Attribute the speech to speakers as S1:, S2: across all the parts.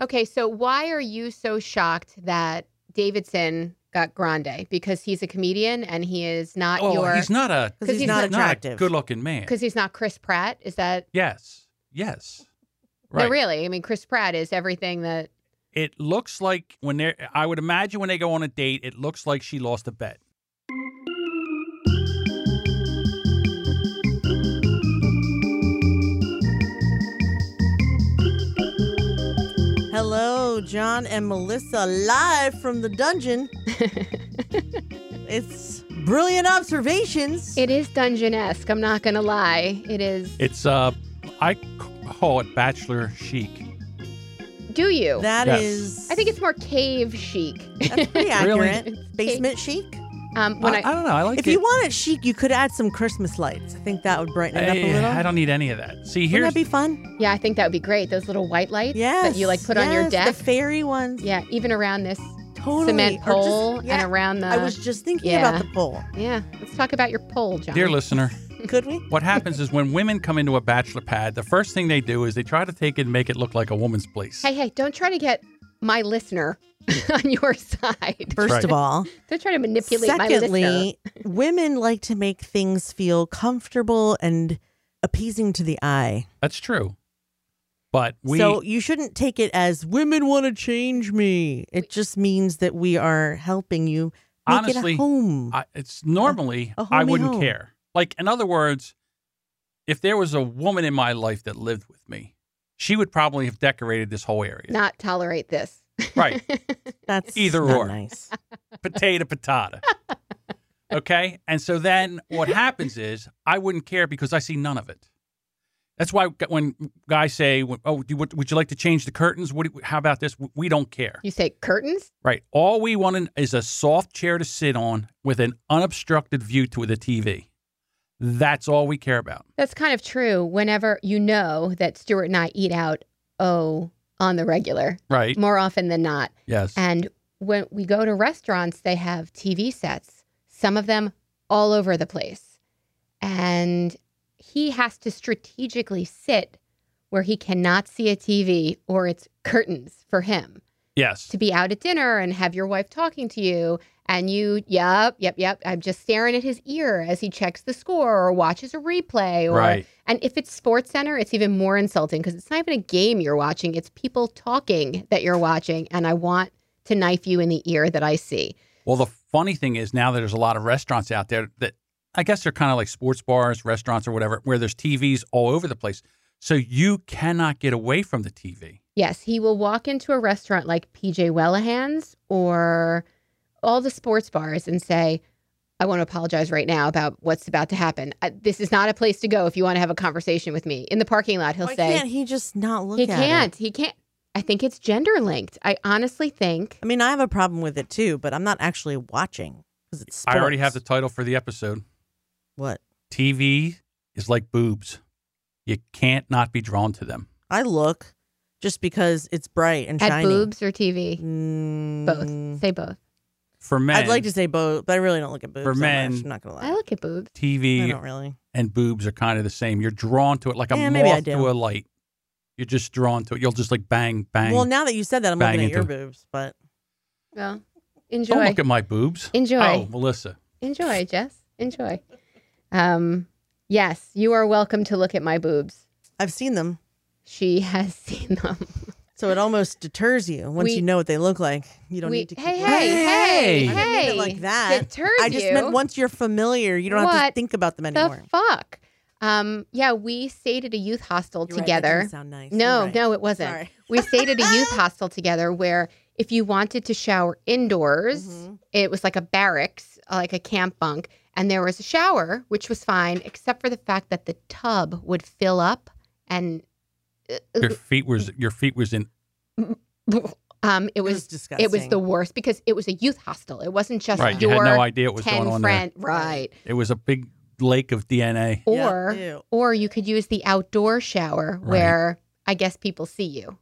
S1: Okay, so why are you so shocked that Davidson got Grande? Because he's a comedian and he is not
S2: oh,
S1: your
S2: he's not a
S1: Because
S3: because he's,
S1: he's
S3: not
S1: not-
S3: attractive.
S2: good looking man.
S1: because he's not Chris Pratt. Is that
S2: Yes. Yes. Right.
S1: no? Really, I mean, Chris Pratt is everything that.
S2: It looks like when they're, I would imagine when they go on a date, it looks like she lost a bet.
S3: Hello, John and Melissa, live from the dungeon. It's brilliant observations.
S1: it is dungeon esque. I'm not gonna lie. It is.
S2: It's, uh, I c- call it bachelor chic.
S1: Do you?
S3: That
S2: Yes.
S3: is.
S1: I think it's more cave chic.
S3: that's pretty
S2: Really?
S3: accurate. Basement chic.
S1: um, when
S2: I,
S1: I,
S2: I don't know. I like
S3: If
S2: it.
S3: you want it chic, you could add some Christmas lights. I think that would brighten it up a
S2: Hey,
S3: little.
S2: Eh, I don't need any of that. See,
S3: Wouldn't
S2: here's
S3: that be fun?
S1: yeah, I think that would be great. Those little white lights
S3: Yes.
S1: that you like put on your
S3: yes,
S1: deck.
S3: The fairy ones.
S1: yeah, even around this
S3: Totally.
S1: cement
S3: Or just-
S1: pole
S3: yeah,
S1: and around the.
S3: I was just thinking
S1: Yeah.
S3: about the pole.
S1: yeah, let's talk about your pole, John.
S2: Dear listener,
S3: Could we?
S2: what happens is when women come into a bachelor pad, the first thing they do is they try to take it and make it look like a woman's place.
S1: Hey, hey, don't try to get my listener on your side.
S3: First
S2: right.
S3: of all,
S1: Don't try to manipulate my listener.
S3: secondly, women like to make things feel comfortable and appeasing to the eye.
S2: That's true. But we
S3: so you shouldn't take it as women want to change me. It just means that we are helping you make
S2: honestly,
S3: it a home.
S2: I, it's normally
S3: a
S2: I
S3: homey
S2: wouldn't
S3: home.
S2: care. Like in other words, if there was a woman in my life that lived with me, she would probably have decorated this whole area.
S1: Not tolerate this.
S2: Right.
S3: That's
S2: either
S3: not
S2: or.
S3: nice.
S2: potato patata. Okay? And so then what happens is I wouldn't care because I see none of it. That's why g- when guys say, "Oh, do you, would, would you like to change the curtains? What do you, how about this? We don't care."
S1: You say curtains?
S2: Right? All we want is a soft chair to sit on with an unobstructed view to the TV. That's all we care about.
S1: That's kind of true. Whenever you know that Stuart and I eat out, oh, on the regular,
S2: Right?
S3: Mm-hmm.
S1: more often than not.
S2: Yes.
S1: And when we go to restaurants, they have TV sets, some of them all over the place. And he has to strategically sit where he cannot see a TV or it's curtains for him
S2: yes.
S1: to be out at dinner and have your wife talking to you. And you, yep, yep, yep. I'm just staring at his ear as he checks the score or watches a replay. Or,
S2: Right.
S1: And if it's Sports Center, it's even more insulting because it's not even a game you're watching. It's people talking that you're watching. And I want to knife you in the ear that I see.
S2: Well, the funny thing is now there's a lot of restaurants out there that I guess they're kind of like sports bars, restaurants, or whatever, where there's TVs all over the place. So you cannot get away from the TV.
S1: Yes, he will walk into a restaurant like PJ Wellahan's or all the sports bars and say, I want to apologize right now about what's about to happen. I, this is not a place to go if you want to have a conversation with me. In the parking lot, he'll
S3: Why
S1: say,
S3: can't he just not look
S1: He
S3: at it?
S1: can't. He can't. I think it's gender linked. I honestly think
S3: I mean, I have a problem with it too, but I'm not actually watching because it's.
S2: I already have the
S3: sports.
S2: title for the episode.
S3: What?
S2: TV is like boobs. You can't not be drawn to them.
S3: I look just because it's bright and
S1: at
S3: shiny.
S1: boobs or TV, both.
S3: Mm,
S1: Say both.
S2: For men,
S3: I'd like to say both, but I really don't look at boobs.
S2: For
S3: that
S2: men,
S3: much, I'm not gonna lie.
S1: I look at boobs.
S3: I
S2: TV
S3: don't really.
S2: and boobs are kind of the same. You're drawn to it like a
S3: Yeah, maybe I
S2: moth
S3: do.
S2: to a light. You're just drawn to it. You'll just like bang, bang.
S3: Well, now that you said that, I'm
S2: Bang
S3: looking at your
S2: into
S3: boobs, but
S1: Well,
S2: Don't
S1: enjoy.
S2: look at my boobs.
S1: Enjoy.
S2: Oh, Melissa.
S1: Enjoy, Jess. Enjoy. Um, yes, you are welcome to look at my boobs.
S3: I've seen them,
S1: She has seen them.
S3: so it almost deters you once
S1: We-
S3: you know what they look like. You don't
S1: We-
S3: need to. Keep
S1: hey,
S3: looking.
S1: hey, hey, hey,
S2: I
S3: didn't mean it like that.
S1: Deters
S3: I just
S1: you.
S3: meant once you're familiar, you don't have to
S1: What
S3: think about them
S1: the
S3: anymore.
S1: fuck. Um, yeah, we stayed at a youth hostel
S3: You're right, that
S1: together.
S3: doesn't sound nice.
S1: No,
S3: You're right.
S1: no, it wasn't.
S3: Sorry.
S1: We stayed at a youth hostel together where if you wanted to shower indoors,
S3: Mhm.
S1: it was like a barracks, like a camp bunk, and there was a shower, which was fine, except for the fact that the tub would fill up and uh,
S2: Your feet was your feet was in
S1: um, it
S3: It was
S1: was
S3: disgusting.
S1: it was the worst because it was a youth hostel. It wasn't just
S2: right. You
S1: your
S2: had no idea what was
S1: ten
S2: going on
S1: friend, right?
S2: there. It was a big lake of DNA.
S3: Yeah,
S1: Or
S3: ew.
S1: or you could use the outdoor shower
S2: Right.
S1: where I guess people see you,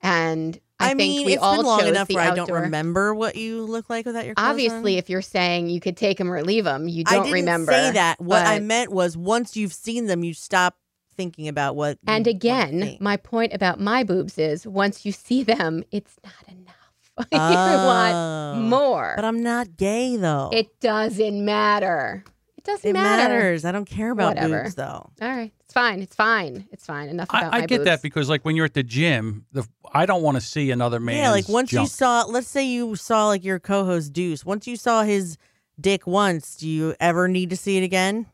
S1: and I,
S3: I
S1: think
S3: mean,
S1: we
S3: it's
S1: all
S3: been long
S1: chose
S3: enough
S1: the
S3: where I
S1: outdoor.
S3: don't remember what you look like without your clothes on.
S1: Obviously, if you're saying you could take them or leave them, you
S3: I
S1: don't
S3: didn't
S1: remember.
S3: say that. What I
S1: but-
S3: meant was once you've seen them, you stop thinking about what. you
S1: And
S3: wanna
S1: again,
S3: think.
S1: my point about my boobs is once you see them, it's not enough. you want
S3: Oh.
S1: more.
S3: But I'm not gay though.
S1: It doesn't matter. It doesn't
S3: It
S1: matter.
S3: matters. I don't care about
S1: Whatever.
S3: boobs though.
S1: All right. It's fine. It's fine. It's fine. Enough about
S2: I, I
S1: my
S2: get that
S1: boobs.
S2: because, like, when you're at the gym, the I don't want to see another man.
S3: yeah, like once you
S2: junk.
S3: saw, let's say you saw like your co-host Deuce. Once you saw his dick once, do you ever need to see it again?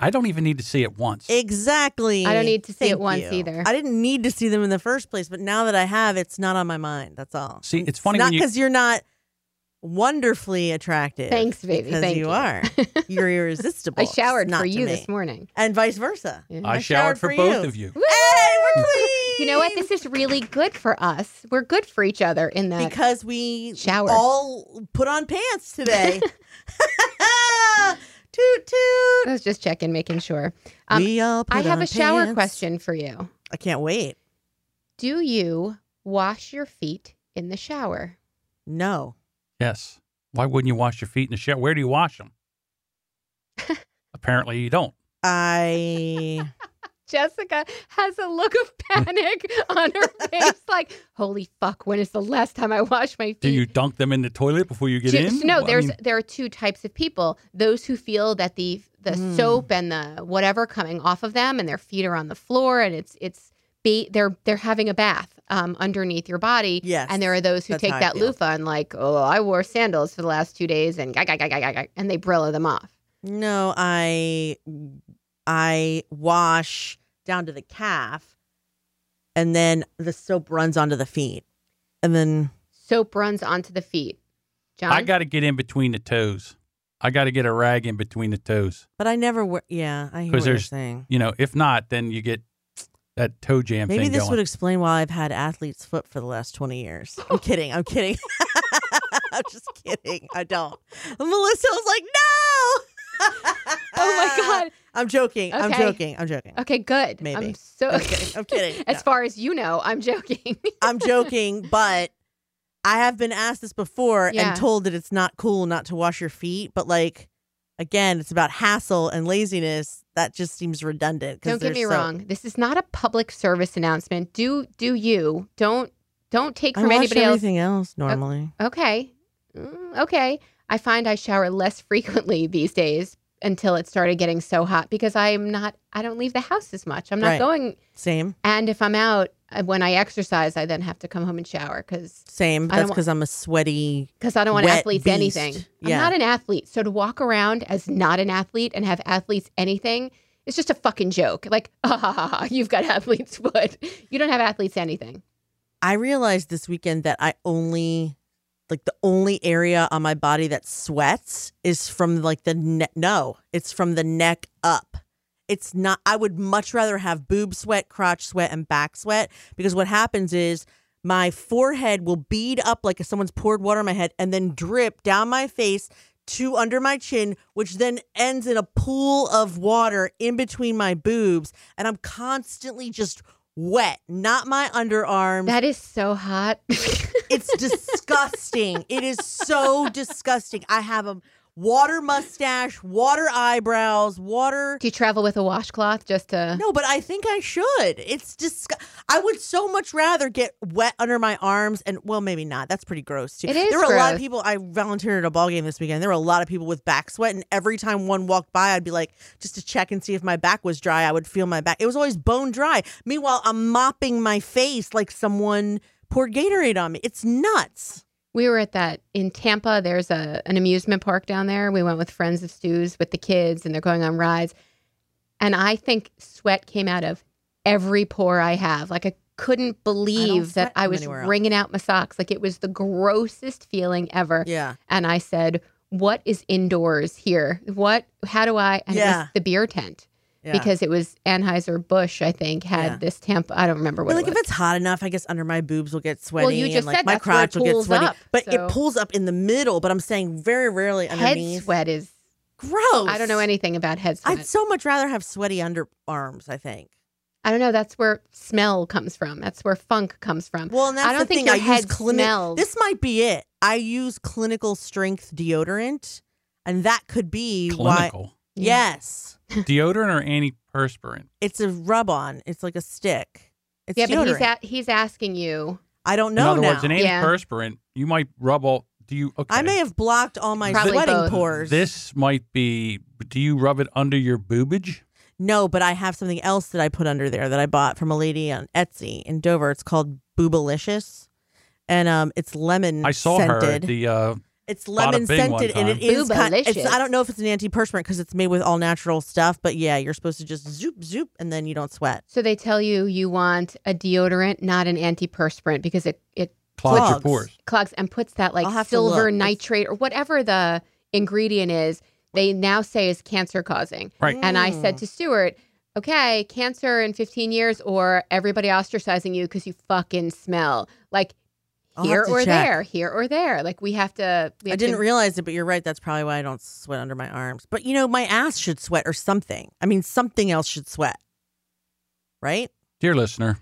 S2: I don't even need to see it once.
S3: Exactly.
S1: I don't need to see it
S3: Thank
S1: once
S3: you.
S1: either.
S3: I didn't need to see them in the first place, but now that I have, it's not on my mind. That's all.
S2: See, it's funny
S3: not
S2: when you-
S3: because you... are not wonderfully attractive.
S1: Thanks, baby.
S3: Because
S1: Thank
S3: you,
S1: you.
S3: are. You're irresistible.
S1: I
S3: It's
S1: showered
S3: not
S1: for
S3: to
S1: you
S3: me.
S1: this morning.
S3: and vice versa.
S1: Yeah.
S2: I,
S3: I
S2: showered
S3: showered
S2: for
S3: for
S2: both
S3: you.
S2: of you.
S1: Woo!
S3: Hey, we're clean.
S1: You know what? This is really good for us. We're good for each other in that.
S3: because we
S1: Shower.
S3: all put on pants today. toot toot.
S1: I was just checking, making sure. Um,
S3: we all. Put
S1: I have
S3: on
S1: a shower
S3: pants.
S1: question for you.
S3: I can't wait.
S1: Do you wash your feet in the shower?
S3: No.
S2: Yes. Why wouldn't you wash your feet in the shower? Where do you wash them? Apparently, you don't.
S3: I
S1: Jessica has a look of panic on her face, like, holy fuck, when is the last time I washed my feet?
S2: Do you dunk them in the toilet before you get
S1: Ju-
S2: in?
S1: No,
S2: Well, I
S1: there's
S2: mean,
S1: there are two types of people. Those who feel that the the
S3: Mm.
S1: soap and the whatever coming off of them and their feet are on the floor and it's it's ba- they're they're having a bath um, underneath your body.
S3: Yes,
S1: And there are those who
S3: that's
S1: take
S3: how I
S1: that
S3: feel.
S1: loofah and like, oh, I wore sandals for the last two days and gah, gah, gah, gah, gah, gah, and they brillo them off.
S3: no. I I wash down to the calf, and then the soap runs onto the feet, and then
S1: Soap runs onto the feet. John,
S2: I got to get in between the toes. I got to get a rag in between the toes.
S3: but I never wear. Yeah, I hear
S2: 'Cause
S3: what you're
S2: there's
S3: saying.
S2: You know, if not, then you get that toe jam
S3: Maybe
S2: thing
S3: this
S2: going.
S3: would explain why I've had athlete's foot for the last 20 years. I'm kidding. I'm kidding. I'm just kidding. I don't. And Melissa was like, no.
S1: oh
S3: Ah.
S1: my god.
S3: I'm joking. I'm
S1: Okay.
S3: joking. I'm joking.
S1: Okay, good.
S3: Maybe.
S1: I'm so
S3: I'm kidding. I'm kidding.
S1: As
S3: No.
S1: far as you know, I'm joking.
S3: I'm joking, but I have been asked this before
S1: Yeah.
S3: and told that it's not cool not to wash your feet. But like, again, it's about hassle and laziness. That just seems redundant. 'cause
S1: Don't get
S3: there's
S1: me
S3: so-
S1: wrong. This is not a public service announcement. Do do you? Don't don't take
S3: I
S1: from
S3: wash
S1: anybody else.
S3: everything else normally.
S1: Okay, Mm, okay. I find I shower less frequently these days until it started getting so hot because I am not. I don't leave the house as much. I'm not
S3: Right.
S1: going.
S3: Same.
S1: And if I'm out uh, when I exercise, I then have to come home and shower because
S3: Same.
S1: I
S3: That's
S1: don't-
S3: because I'm a sweaty.
S1: because I don't want
S3: Wet
S1: athletes
S3: beast.
S1: anything.
S3: Yeah.
S1: I'm not an athlete. So to walk around as not an athlete and have athletes anything is just a fucking joke. Like, ah, ha, ha, ha, you've got athlete's foot. You don't have athletes anything.
S3: I realized this weekend that I only, like, the only area on my body that sweats is from like the neck. No, it's from the neck up. It's not. I would much rather have boob sweat, crotch sweat, and back sweat because what happens is my forehead will bead up like if someone's poured water on my head and then drip down my face to under my chin, which then ends in a pool of water in between my boobs. And I'm constantly just wet, not my underarms.
S1: That is so hot.
S3: It's disgusting. it is so disgusting. I have a water mustache, water eyebrows, water.
S1: Do you travel with a washcloth just to?
S3: No, but I think I should. It's just I would so much rather get wet under my arms and well, maybe not. That's pretty gross too.
S1: It is
S3: There were a lot of
S1: gross.
S3: people. I volunteered at a ball game this weekend. There were a lot of people with back sweat, and every time one walked by, I'd be like, just to check and see if my back was dry. I would feel my back. It was always bone dry. Meanwhile, I'm mopping my face like someone poured Gatorade on me. It's nuts.
S1: We were at that in Tampa. There's a an amusement park down there. We went with friends of Stu's with the kids, and they're going on rides. And I think sweat came out of every pore I have. Like I couldn't believe that
S3: sweat
S1: I
S3: from
S1: was
S3: anywhere else.
S1: wringing out my socks. Like it was the grossest feeling ever.
S3: Yeah.
S1: And I said, "What is indoors here? What? How do I?" And it
S3: Yeah.
S1: was the beer tent
S3: yeah.
S1: because it was Anheuser Busch. I think had
S3: Yeah.
S1: this Tampa. I don't remember
S3: But
S1: what.
S3: like
S1: it was.
S3: if it's hot enough, I guess under my boobs will get sweaty.
S1: Well, you
S3: and
S1: just
S3: like
S1: said
S3: my
S1: that's where it
S3: crotch will get
S1: pulls
S3: sweaty.
S1: up,
S3: but
S1: so-
S3: it pulls up in the middle. But I'm saying very rarely underneath. oh,
S1: head sweat is.
S3: Gross.
S1: I don't know anything about head sweat.
S3: I'd so much rather have sweaty underarms. I think.
S1: I don't know. That's where smell comes from. That's where funk comes from.
S3: Well, and that's
S1: I don't
S3: the
S1: think
S3: thing.
S1: your
S3: I use
S1: head
S3: clini-
S1: smells.
S3: This might be it. I use clinical strength deodorant, and that could be why.
S2: Clinical.
S3: Yes.
S2: Deodorant or antiperspirant?
S3: It's a rub on. It's like a stick. It's
S1: yeah, but he's
S3: deodorant.
S1: a- he's asking you.
S3: I don't
S2: In
S3: know
S2: other
S3: now.
S2: words, an
S1: Yeah.
S2: antiperspirant, you might rub all. Do you? Okay.
S3: I may have blocked all my
S1: Probably
S3: sweating
S1: both.
S3: pores.
S2: This might be. Do you rub it under your boobage?
S3: No, but I have something else that I put under there that I bought from a lady on Etsy in Dover. It's called Boobalicious. And um, it's lemon
S2: I saw
S3: scented.
S2: her at the uh,
S3: It's
S2: Bada
S3: lemon
S2: Bing one
S3: scented, and it
S2: time.
S3: is. Kind, it's,
S1: Boobalicious.
S3: I don't know if it's an antiperspirant because it's made with all natural stuff, but yeah, you're supposed to just zoop zoop, and then you don't sweat.
S1: So they tell you you want a deodorant, not an antiperspirant, because it it
S2: clogged your
S3: Clogs.
S2: pores.
S1: clogs and puts that
S3: I'll
S1: like
S3: have to
S1: silver
S3: look. It's-
S1: nitrate or whatever the ingredient is. They now say is cancer causing.
S2: Right.
S1: And I said
S3: Mm.
S1: to Stuart, okay, cancer in 15 years or everybody ostracizing you because you fucking smell. Like
S3: I'll have
S1: here
S3: to
S1: or
S3: check.
S1: there, here or there. Like we have to. We
S3: Mm. I
S1: have
S3: didn't
S1: to,
S3: realize it, but you're right. That's probably why I don't sweat under my arms. But you know, my ass should sweat or something. I mean, something else should sweat, right?
S2: Dear listener,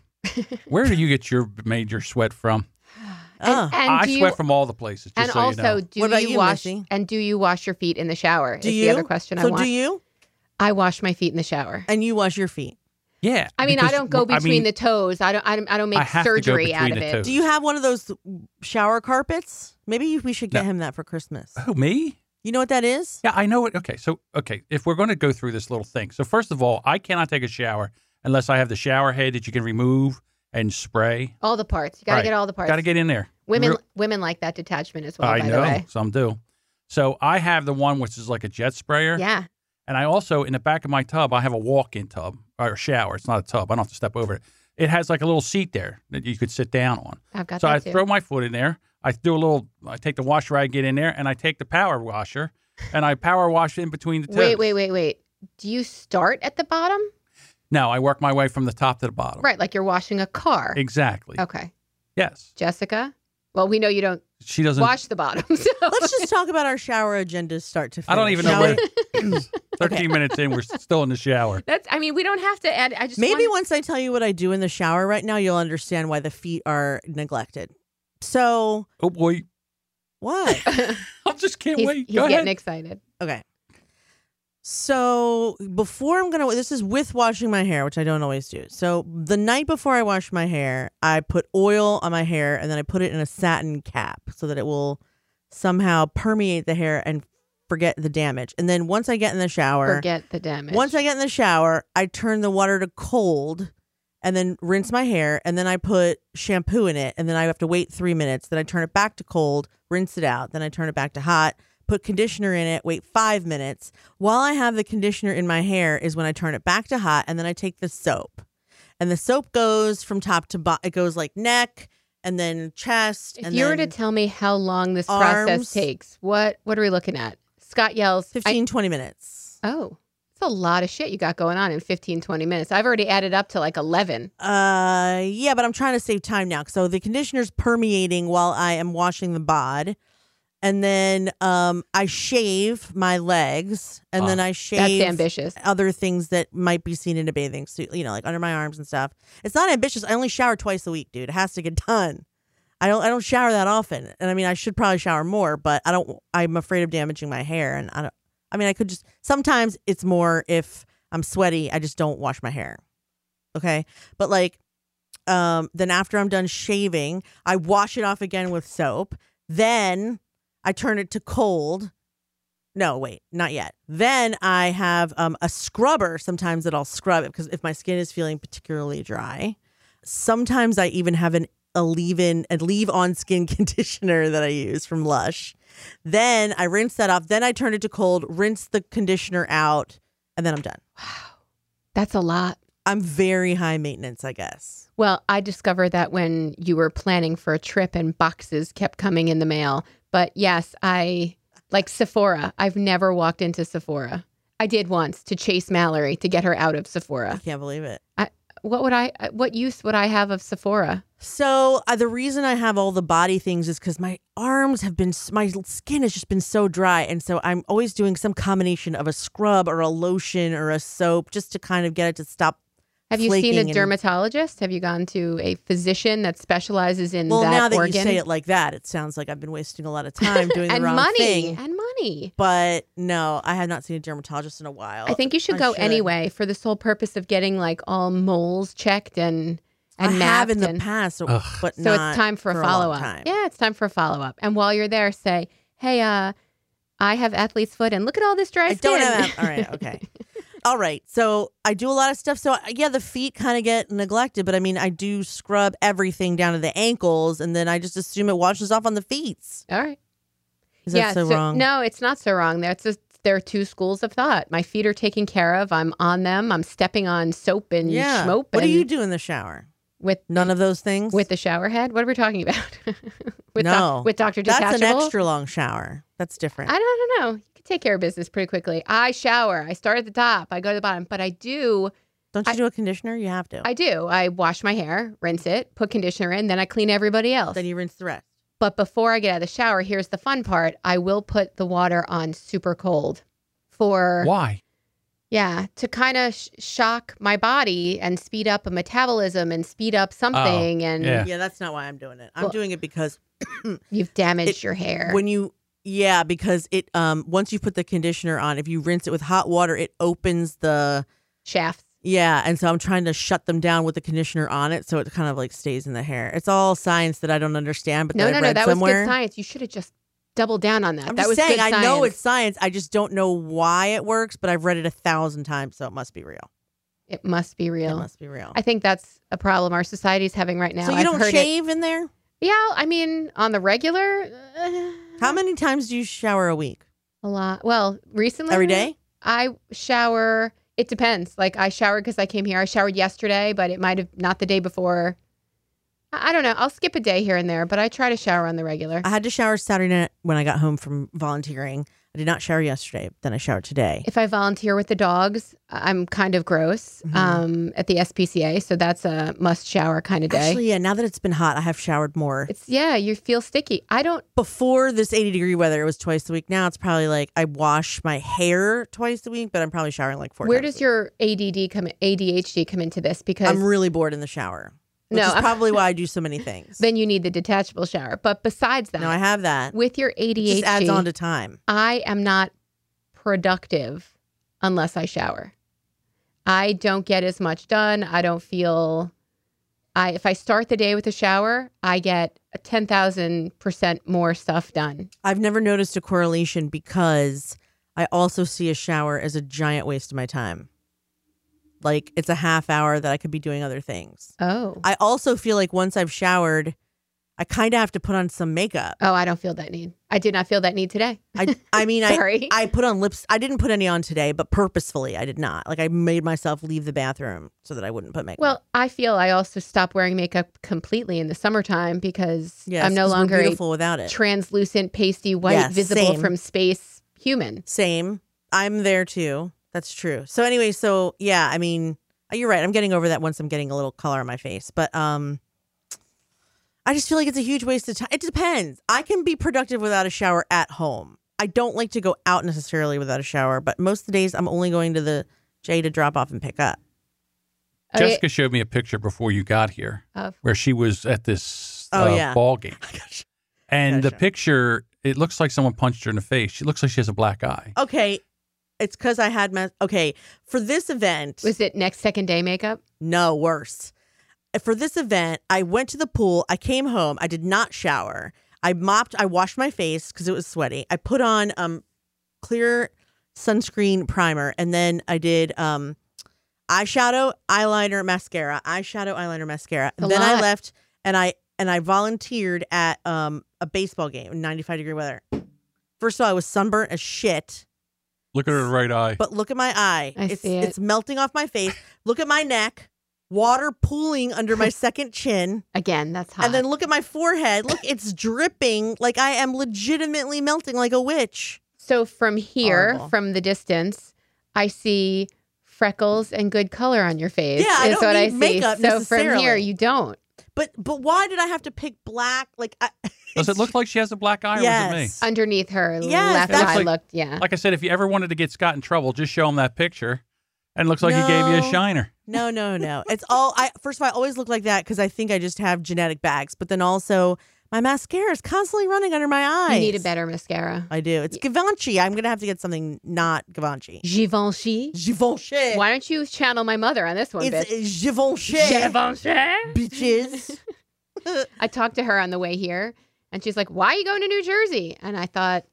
S2: where do you get your major sweat from?
S3: Ah.
S1: and, and
S2: I
S1: do you,
S2: sweat from all the places. Just
S1: and
S2: so
S1: also,
S2: you know.
S1: do
S3: What about you,
S1: wash
S3: Missy?
S1: and do you wash your feet in the shower?
S3: Do
S1: is
S3: you?
S1: the other question
S3: so
S1: I want.
S3: do you?
S1: I wash my feet in the shower.
S3: And you wash your feet.
S2: Yeah.
S1: I mean, I
S2: because
S1: don't go
S2: w-
S1: between
S2: I mean,
S1: the toes. I don't. I don't, I don't make
S2: I have to go
S1: surgery out of
S2: between the
S1: it.
S2: toes.
S3: Do you have one of those shower carpets? Maybe we should get him that for Christmas.
S2: Who oh, me?
S3: You know what that is?
S2: Yeah, I know it. Okay, so okay, if we're going to go through this little thing, so first of all, I cannot take a shower unless I have the shower head that you can remove and spray.
S1: All the parts. You gotta
S2: Right.
S1: get all the parts.
S2: Got to get in there.
S1: women.
S2: Real-
S1: women like that detachment as well.
S2: I
S1: by
S2: know
S1: the way.
S2: some do. So I have the one which is like a jet sprayer,
S1: Yeah.
S2: and I also in the back of my tub I have a walk-in tub or shower. It's not a tub. I don't have to step over it. It has like a little seat there that you could sit down on.
S1: I've got
S2: so
S1: that
S2: I
S1: too.
S2: throw my foot in there. I do a little. I take the washer. I get in there, and I take the power washer, and I power wash in between the two.
S1: wait, wait, wait, wait. Do you start at the bottom?
S2: No, I work my way from the top to the bottom.
S1: Right, Oh. like you're washing a car.
S2: Exactly.
S1: Okay,
S2: Yes.
S1: Jessica. Well, we know you don't
S2: She doesn't.
S1: wash the bottom. So.
S3: Let's just talk about our shower agendas start to finish.
S2: I don't even know
S3: shall
S2: where.
S3: we?
S2: 13 minutes in, we're still in the shower.
S1: That's. I mean, we don't have to add. I just
S3: Maybe
S1: wanted-
S3: once I tell you what I do in the shower right now, you'll understand why the feet are neglected. So,
S2: Oh boy,
S3: what?
S2: I just can't
S1: he's,
S2: wait.
S1: he's
S2: Go
S1: getting
S2: ahead.
S1: excited.
S3: Okay. So before I'm gonna, this is with washing my hair, which I don't always do. So the night before I wash my hair, I put oil on my hair and then I put it in a satin cap so that it will somehow permeate the hair and forget the damage. And then once I get in the shower,
S1: Forget the damage.
S3: once I get in the shower, I turn the water to cold and then rinse my hair and then I put shampoo in it and then I have to wait 3 minutes, then I turn it back to cold, rinse it out, then I turn it back to hot, put conditioner in it, wait 5 minutes. While I have the conditioner in my hair is when I turn it back to hot and then I take the soap. And the soap goes from top to bottom. It goes like neck and then chest
S1: if
S3: and
S1: you were to
S3: then
S1: tell me how long this
S3: arms.
S1: process takes, what what are we looking at? Scott yells. I-
S3: 15 20 minutes.
S1: oh, it's a lot of shit you got going on in 15, 20 minutes. I've already added up to like eleven.
S3: Uh, yeah, but I'm trying to save time now. So the conditioner's permeating while I am washing the bod, and then um, I shave my legs, and
S2: Wow.
S3: then I shave
S1: That's ambitious.
S3: other things that might be seen in a bathing suit. You know, like under my arms and stuff. It's not ambitious. I only shower twice a week, dude. It has to get done. I don't. I don't shower that often, and I mean, I should probably shower more, but I don't. I'm afraid of damaging my hair, and I don't. I mean, I could just. Sometimes it's more if I'm sweaty. I just don't wash my hair. Okay, but like, um, then after I'm done shaving, I wash it off again with soap. Then I turn it to cold. No, wait, not yet. Then I have um, a scrubber sometimes that I'll scrub it because if my skin is feeling particularly dry. Sometimes I even have an a leave-in a leave-on skin conditioner that I use from Lush. Then I rinse that off. Then I turn it to cold, rinse the conditioner out, and then I'm done.
S1: That's a lot.
S3: I'm very high maintenance, I guess.
S1: Well, I discovered that when you were planning for a trip and boxes kept coming in the mail. But yes, I like Sephora. I've never walked into Sephora. I did once to chase Mallory to get her out of
S3: I
S1: Sephora.
S3: can't believe it.
S1: What would I what use would I have of Sephora?
S3: So uh, the reason I have all the body things is because my arms have been, s- my skin has just been so dry, and so I'm always doing some combination of a scrub or a lotion or a soap just to kind of get it to stop
S1: Have you seen
S3: flaking
S1: a
S3: and-
S1: dermatologist? Have you gone to a physician that specializes in
S3: Well,
S1: that
S3: now that
S1: organ?
S3: you say it like that, it sounds like I've been wasting a lot of time doing
S1: and
S3: the wrong
S1: money
S3: thing.
S1: and money.
S3: But no, I have not seen a dermatologist in a while.
S1: I think you should
S3: Oh, I
S1: go
S3: should.
S1: anyway for the sole purpose of getting like all moles checked and and
S3: I have
S1: mapped
S3: in the
S1: and-
S3: past, so-
S2: Ugh.
S3: but
S1: So
S3: not
S1: it's time for a
S3: for a long
S1: follow up.
S3: time.
S1: Yeah, it's time for a follow up. And while you're there, say, "Hey, uh, I have athlete's foot, and look at all this dry
S3: I
S1: skin."
S3: don't have. All right. Okay. All right. So I do a lot of stuff. So uh, yeah, the feet kind of get neglected, but I mean, I do scrub everything down to the ankles, and then I just assume it washes off on the feet.
S1: all right.
S3: Is
S1: yeah,
S3: that so, wrong?
S1: No, it's not so wrong. That's just there are two schools of thought. My feet are taken care of. I'm on them. I'm stepping on soap and
S3: Yeah.
S1: schmope.
S3: What do
S1: and
S3: you do in the shower?
S1: with
S3: None of those things.
S1: with the shower head? What are we talking about? with doc-
S3: No.
S1: with Doctor
S3: that's
S1: Detachable.
S3: an extra long shower. That's different.
S1: I don't, I don't know. You can take care of business pretty quickly. I shower. I start at the top. I go to the bottom. But I do.
S3: don't you
S1: I-
S3: do a conditioner? You have to.
S1: I do. I wash my hair, rinse it, put conditioner in, then I clean everybody else.
S3: then you rinse the rest.
S1: But before I get out of the shower, here's the fun part. I will put the water on super cold for
S2: Why?
S1: yeah, to kind of sh- shock my body and speed up a metabolism and speed up something and
S2: yeah.
S3: Yeah, that's not why I'm doing it. I'm
S1: Well-
S3: doing it because
S1: you've damaged
S3: It-
S1: your hair.
S3: when you yeah because it um once you put the conditioner on if you rinse it with hot water it opens the
S1: Shafts.
S3: yeah and so i'm trying to shut them down with the conditioner on it so it kind of like stays in the hair it's all science that i don't understand but
S1: No,
S3: that
S1: no,
S3: I
S1: no,
S3: read
S1: that
S3: somewhere
S1: was good science. You should have just doubled down on that.
S3: i'm
S1: that
S3: just
S1: was
S3: saying
S1: good
S3: i know
S1: science.
S3: it's science i just don't know why it works but i've read it a thousand times so it must be real
S1: it must be real.
S3: it must be real
S1: I think that's a problem our society's having right now.
S3: so you
S1: I've
S3: don't
S1: heard it-
S3: shave in there
S1: Yeah, I mean, on the regular, uh,
S3: how many times do you shower a week
S1: a lot. Well, recently,
S3: every day
S1: I shower. It depends. Like I showered because I came here. I showered yesterday, but it might have not the day before. I, I don't know. I'll skip a day here and there, but I try to shower on the regular.
S3: i had to shower saturday night when i got home from volunteering i did not shower yesterday but then i showered today
S1: if I volunteer with the dogs, I- I'm kind of gross
S3: Mhm.
S1: um, at the SPCA, so that's a must shower kind of day.
S3: Actually, yeah. Now that it's been hot, I have showered more.
S1: it's yeah, you feel sticky. I don't.
S3: Before this 80 degree weather, it was twice a week. Now it's probably like I wash my hair twice a week, but I'm probably showering like four.
S1: Where
S3: times
S1: does
S3: a week.
S1: your ADD come? ADHD come into this? Because
S3: I'm really bored in the shower, which
S1: No,
S3: is
S1: I'm-
S3: probably why I do so many things.
S1: then you need the detachable shower. But besides that,
S3: no, I have that.
S1: with your
S3: It
S1: ADHD,
S3: just adds on to time.
S1: I am not productive unless I shower. I don't get as much done. I don't feel I if I start the day with a shower, I get 10,000% more stuff done.
S3: I've never noticed a correlation because I also see a shower as a giant waste of my time. Like it's a half hour that I could be doing other things.
S1: Oh.
S3: I also feel like once I've showered, I kind of have to put on some makeup.
S1: oh, I don't feel that need. I did not feel that need today.
S3: I I mean I
S1: Sorry.
S3: I put on lips. I didn't put any on today, but purposefully I did not. Like I made myself leave the bathroom so that I wouldn't put makeup. on.
S1: well, I feel I also stopped wearing makeup completely in the summertime because
S3: Yes,
S1: I'm no
S3: 'cause we're
S1: longer a
S3: beautiful without it.
S1: translucent, pasty, white,
S3: Yes,
S1: visible
S3: same.
S1: from space human.
S3: Same. I'm there too. That's true. So anyway, so yeah, I mean, you're right. I'm getting over that once I'm getting a little color on my face, but um. I just feel like it's a huge waste of time. It depends. I can be productive without a shower at home. I don't like to go out necessarily without a shower, but most of the days I'm only going to the J to drop off and pick up.
S1: Oh, yeah.
S2: Jessica showed me a picture before you got here
S1: Of-
S2: where she was at this
S3: Oh,
S2: uh,
S3: yeah.
S2: ball game. And the
S3: Gotcha.
S2: picture, it looks like someone punched her in the face. She looks like she has a black eye.
S3: Okay. It's because I had my. Okay. For this event,
S1: was it next second day makeup?
S3: no, worse. For this event, I went to the pool. I came home. I did not shower. I mopped. I washed my face because it was sweaty. I put on um clear sunscreen primer and then I did um eyeshadow, eyeliner, mascara, eyeshadow, eyeliner, mascara.
S1: A
S3: then I
S1: lot.
S3: left and I and I volunteered at um a baseball game in 95 degree weather. First of all, I was sunburnt as shit.
S2: Look at her right eye.
S3: But look at my eye.
S1: I
S3: it's
S1: see it.
S3: it's melting off my face. Look at my neck. Water pooling under my second chin.
S1: Again, that's hot.
S3: And then look at my forehead. Look, it's dripping like I am legitimately melting like a witch.
S1: So from here,
S3: Horrible.
S1: from the distance, I see freckles and good color on your face.
S3: Yeah, I
S1: is
S3: don't
S1: what I
S3: need
S1: see.
S3: makeup
S1: so from here,
S3: necessarily.
S1: you don't.
S3: But but why did I have to pick black? Like I,
S2: Does it look like she has a black eye or was it me?
S3: yes.
S1: Underneath her
S3: Yes,
S1: left
S2: that's-
S1: eye
S2: Looks like-
S1: looked. Yeah,
S2: Like I said, if you ever wanted to get Scott in trouble, just show him that picture And it looks like he gave you a
S3: No.
S2: shiner.
S3: No, no, no. It's all I first of all I always look like that because I think I just have genetic bags, but then also my mascara is constantly running under my eyes.
S1: You need a better mascara.
S3: I do. It's Givenchy. I'm gonna have to get something not Givenchy.
S1: Givenchy.
S3: Givenchy.
S1: Why don't you channel my mother on this one,
S3: It's
S1: bitch?
S3: uh, Givenchy.
S1: Givenchy.
S3: Bitches.
S1: I talked to her on the way here, and she's like, "Why are you going to New Jersey?" And I thought,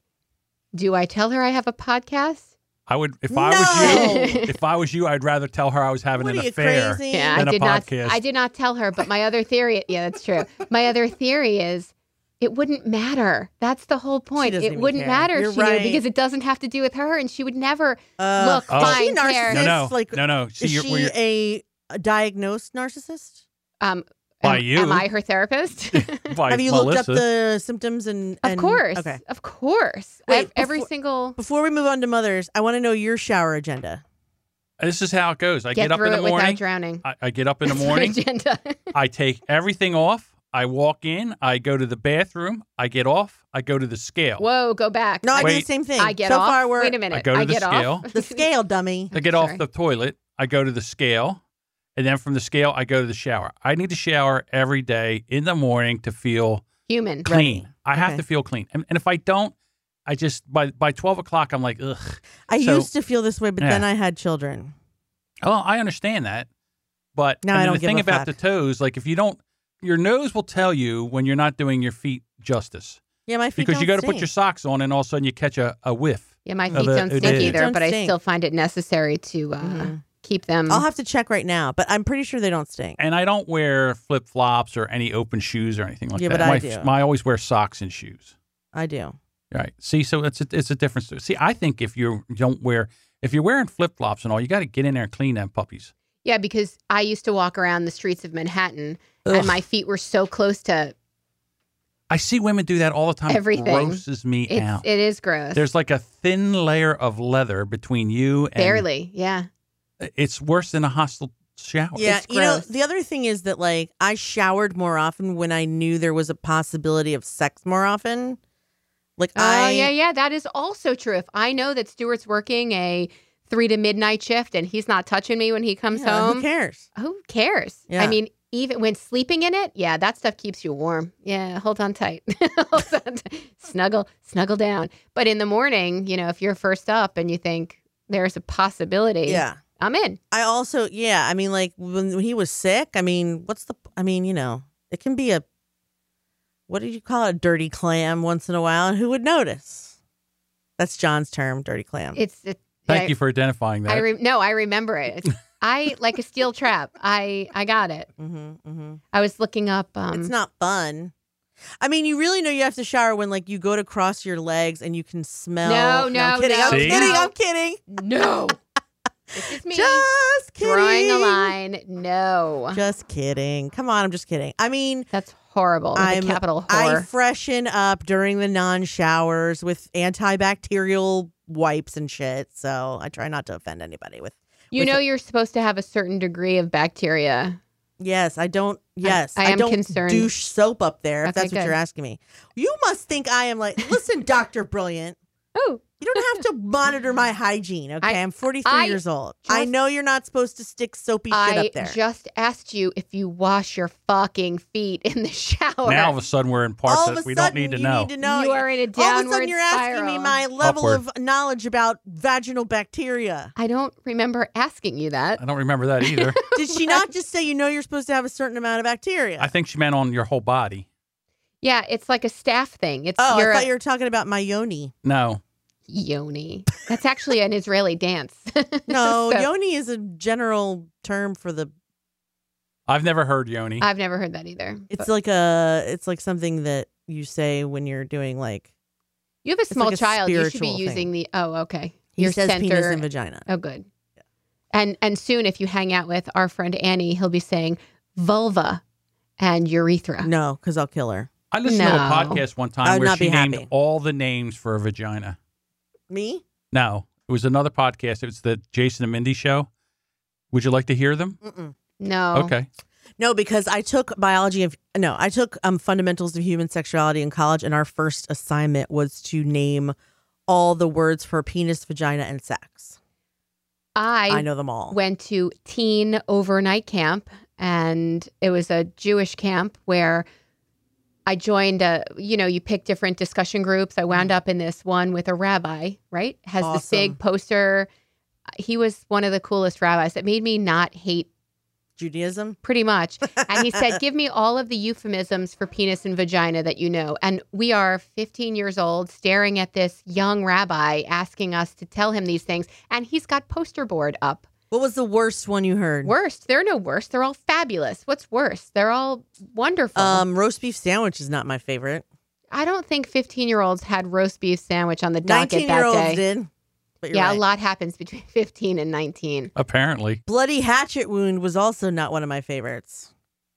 S1: "Do I tell her I have a podcast?"
S2: I would if I was you
S1: No.
S2: if I was you, I'd rather tell her I was having
S3: what
S2: an
S3: are you
S2: affair.
S3: crazy?
S1: Yeah,
S2: Than
S1: I
S2: a
S1: did not.
S2: podcast.
S1: I did not tell her. But my other theory, yeah, that's true. My other theory is. It wouldn't matter. That's the whole point.
S3: doesn't
S1: It
S3: even
S1: wouldn't
S3: care.
S1: matter
S3: You're
S1: if she
S3: right.
S1: knew because it doesn't have to do with her, and she would never
S3: Uh,
S1: look
S2: Oh.
S3: Is
S1: fine.
S3: she
S1: Karen.
S3: narcissistic?
S2: No, no,
S3: Like,
S2: no, no. See,
S3: is
S2: you're,
S3: she
S2: where you're,
S3: a, a diagnosed narcissist?
S1: Um,
S2: By
S1: am,
S2: you.
S1: am I her therapist?
S2: by
S3: Have you
S2: Melissa.
S3: looked up the symptoms and,
S1: of
S3: and-
S1: course.
S3: Okay.
S1: Of course. I
S3: Wait,
S1: have every
S3: before-
S1: single.
S3: Before we move on to mothers, I want to know your shower agenda.
S2: this is how it goes. I
S1: get,
S2: get, up
S1: through
S2: in the
S1: it without
S2: morning.
S1: drowning.
S2: I, I get up in the
S1: That's my
S2: morning.
S1: agenda.
S2: I take everything off. I walk in. I go to the bathroom. I get off. I go to the scale.
S1: Whoa, go back.
S3: No, I do the
S2: Wait.
S3: same thing.
S1: I get
S3: so
S1: off.
S3: far we're
S1: Wait a minute.
S2: I go to the
S1: get
S2: scale.
S1: Off.
S3: the scale dummy.
S2: I get
S1: Sorry.
S2: off the toilet. I go to the scale. And then from the scale, I go to the shower. I need to shower every day in the morning to feel
S1: Human.
S2: clean. I have
S3: Okay.
S2: to feel clean. And, and if I don't, I just, by, by 12 o'clock, I'm like, ugh.
S3: I
S2: So-
S3: used to feel this way, but
S2: Yeah.
S3: then I had children.
S2: Oh, I understand that. But
S3: No,
S2: and
S3: I
S2: then
S3: don't
S2: the
S3: give
S2: thing
S3: a
S2: about
S3: fuck.
S2: the toes, like if you don't, your nose will tell you when you're not doing your feet justice
S3: Yeah, my feet
S2: because you
S3: don't
S2: got to put your
S3: stink.
S2: socks on and all of a sudden you catch a, a whiff.
S1: Yeah, my
S2: No,
S1: feet
S2: the-
S1: don't
S2: it
S1: stink
S2: did.
S1: either,
S3: Don't
S1: but I
S3: stink.
S1: still find it necessary to uh,
S3: Mhm.
S1: keep them.
S3: I'll have to check right now, but I'm pretty sure they don't stink.
S2: And I don't wear flip flops or any open shoes or anything like
S3: Yeah,
S2: that.
S3: but I
S2: my,
S3: do.
S2: my- I always wear socks and shoes.
S3: I do.
S2: Right. See, so it's a, it's a difference. See, I think if you're, you don't wear, if you're wearing flip flops and all, you got to get in there and clean them puppies.
S1: yeah, because I used to walk around the streets of Manhattan
S2: Ugh.
S1: and my feet were so close to
S2: I see women do that all the time.
S1: Everything.
S2: It grosses me
S1: it's,
S2: out.
S1: it is gross.
S2: There's like a thin layer of leather between you and
S1: barely. Yeah.
S2: it's worse than a hostile shower.
S3: Yeah,
S1: It's
S3: you know,
S1: gross.
S3: the other thing is that like I showered more often when I knew there was a possibility of sex more often. Like
S1: Oh,
S3: I
S1: yeah, yeah. That is also true. If I know that Stuart's working a three to midnight shift and he's not touching me when he comes
S3: Yeah,
S1: home,
S3: Who cares?
S1: who cares? I
S3: Yeah.
S1: mean, even when sleeping in it, yeah, that stuff keeps you warm. Yeah, hold on tight. hold on tight. Snuggle, snuggle down. But in the morning, you know, if you're first up and you think there's a possibility,
S3: Yeah.
S1: I'm in.
S3: I also yeah, I mean like when, when he was sick, I mean, what's the I mean, you know, it can be a what did you call it? A dirty clam once in a while, and who would notice? That's John's term, dirty clam.
S1: It's it,
S2: Thank
S1: I,
S2: you for identifying that.
S1: I re- no, I remember it. It's, I like a steel trap. I I got it.
S3: Mhm, mhm.
S1: I was looking up. Um,
S3: it's not fun. I mean, you really know you have to shower when, like, you go to cross your legs and you can smell.
S1: No,
S3: I'm
S1: no,
S3: kidding. I'm
S2: no,
S3: kidding.
S1: no.
S3: I'm kidding.
S1: no. this is me
S3: Just kidding.
S1: drawing a line. No,
S3: Just kidding. Come on, I'm just kidding. I mean,
S1: that's horrible. with a
S3: I'm-
S1: capital
S3: I
S1: whore.
S3: freshen up during the non-showers with antibacterial wipes and shit. So I try not to offend anybody with.
S1: you
S3: with
S1: know,
S3: it.
S1: you're supposed to have a certain degree of bacteria
S3: Yes, I don't. Yes,
S1: I am
S3: don't
S1: concerned.
S3: douche soap up there. If
S1: Okay,
S3: that's what
S1: good.
S3: you're asking me, you must think I am like. Listen, Doctor Brilliant.
S1: Oh,
S3: You don't have to monitor my hygiene, okay? I, am 43
S1: I
S3: years old. I
S1: just-
S3: know you're not supposed to stick soapy shit
S1: I
S3: up there.
S1: just asked you if you wash your fucking feet in the shower.
S2: now all of a sudden we're in parts
S3: All of a
S2: that we don't
S3: sudden,
S2: need to
S3: you
S2: know.
S3: need to know.
S1: you are in a downward
S3: All of a sudden, you're asking me
S1: spiral.
S3: my level
S2: Upward.
S3: of knowledge about vaginal bacteria.
S1: I don't remember asking you that.
S2: I don't remember that either.
S3: Did she not just say you know you're supposed to have a certain amount of bacteria?
S2: I think she meant on your whole body.
S1: Yeah, it's like a staff thing. It's
S3: oh,
S1: you're
S3: I
S1: a
S3: thought you were talking about my yoni.
S2: No.
S1: yoni. That's actually an Israeli dance.
S3: No,
S1: So-
S3: yoni is a general term for the.
S2: I've never heard Yoni.
S1: I've never heard that either.
S3: It's
S1: But
S3: like a. It's like something that you say when you're doing like.
S1: you have a small
S3: like a
S1: child. You should be
S3: spiritual
S1: using
S3: thing.
S1: the oh, okay.
S3: He
S1: your
S3: says
S1: center.
S3: penis and vagina.
S1: oh, good. And and soon, if you hang out with our friend Annie, he'll be saying vulva and urethra.
S3: No, because I'll kill her.
S2: I listened to a
S1: No.
S2: podcast one
S3: I
S2: time
S3: would
S2: where
S3: not
S2: she
S3: be
S2: named
S3: happy.
S2: all the names for a vagina.
S3: Me?
S2: No. It was another podcast. It was the Jason and Mindy show. Would you like to hear them?
S3: Mm-mm.
S1: No.
S3: Oh.
S2: Okay.
S3: No, because I took biology of no, I took um fundamentals of human sexuality in college, and our first assignment was to name all the words for penis, vagina, and sex.
S1: I,
S3: I know them all.
S1: went to teen overnight camp and it was a Jewish camp where I joined a you know you pick different discussion groups. I wound up in this one with a rabbi, right? Has this
S3: Awesome.
S1: big poster. He was one of the coolest rabbis that made me not hate
S3: Judaism.
S1: pretty much. And he said, "Give me all of the euphemisms for penis and vagina that you know." And we are 15 years old staring at this young rabbi asking us to tell him these things and he's got poster board up
S3: What was the worst one you heard?
S1: Worst. They're no worse. They're all fabulous. What's worse? They're all wonderful.
S3: Um, roast beef sandwich is not my favorite.
S1: I don't think 15 year olds had roast beef sandwich on the docket
S3: Nineteen year
S1: that
S3: olds
S1: day.
S3: did. But you're
S1: yeah,
S3: right.
S1: a lot happens between 15 and 19.
S2: Apparently.
S3: Bloody hatchet wound was also not one of my favorites.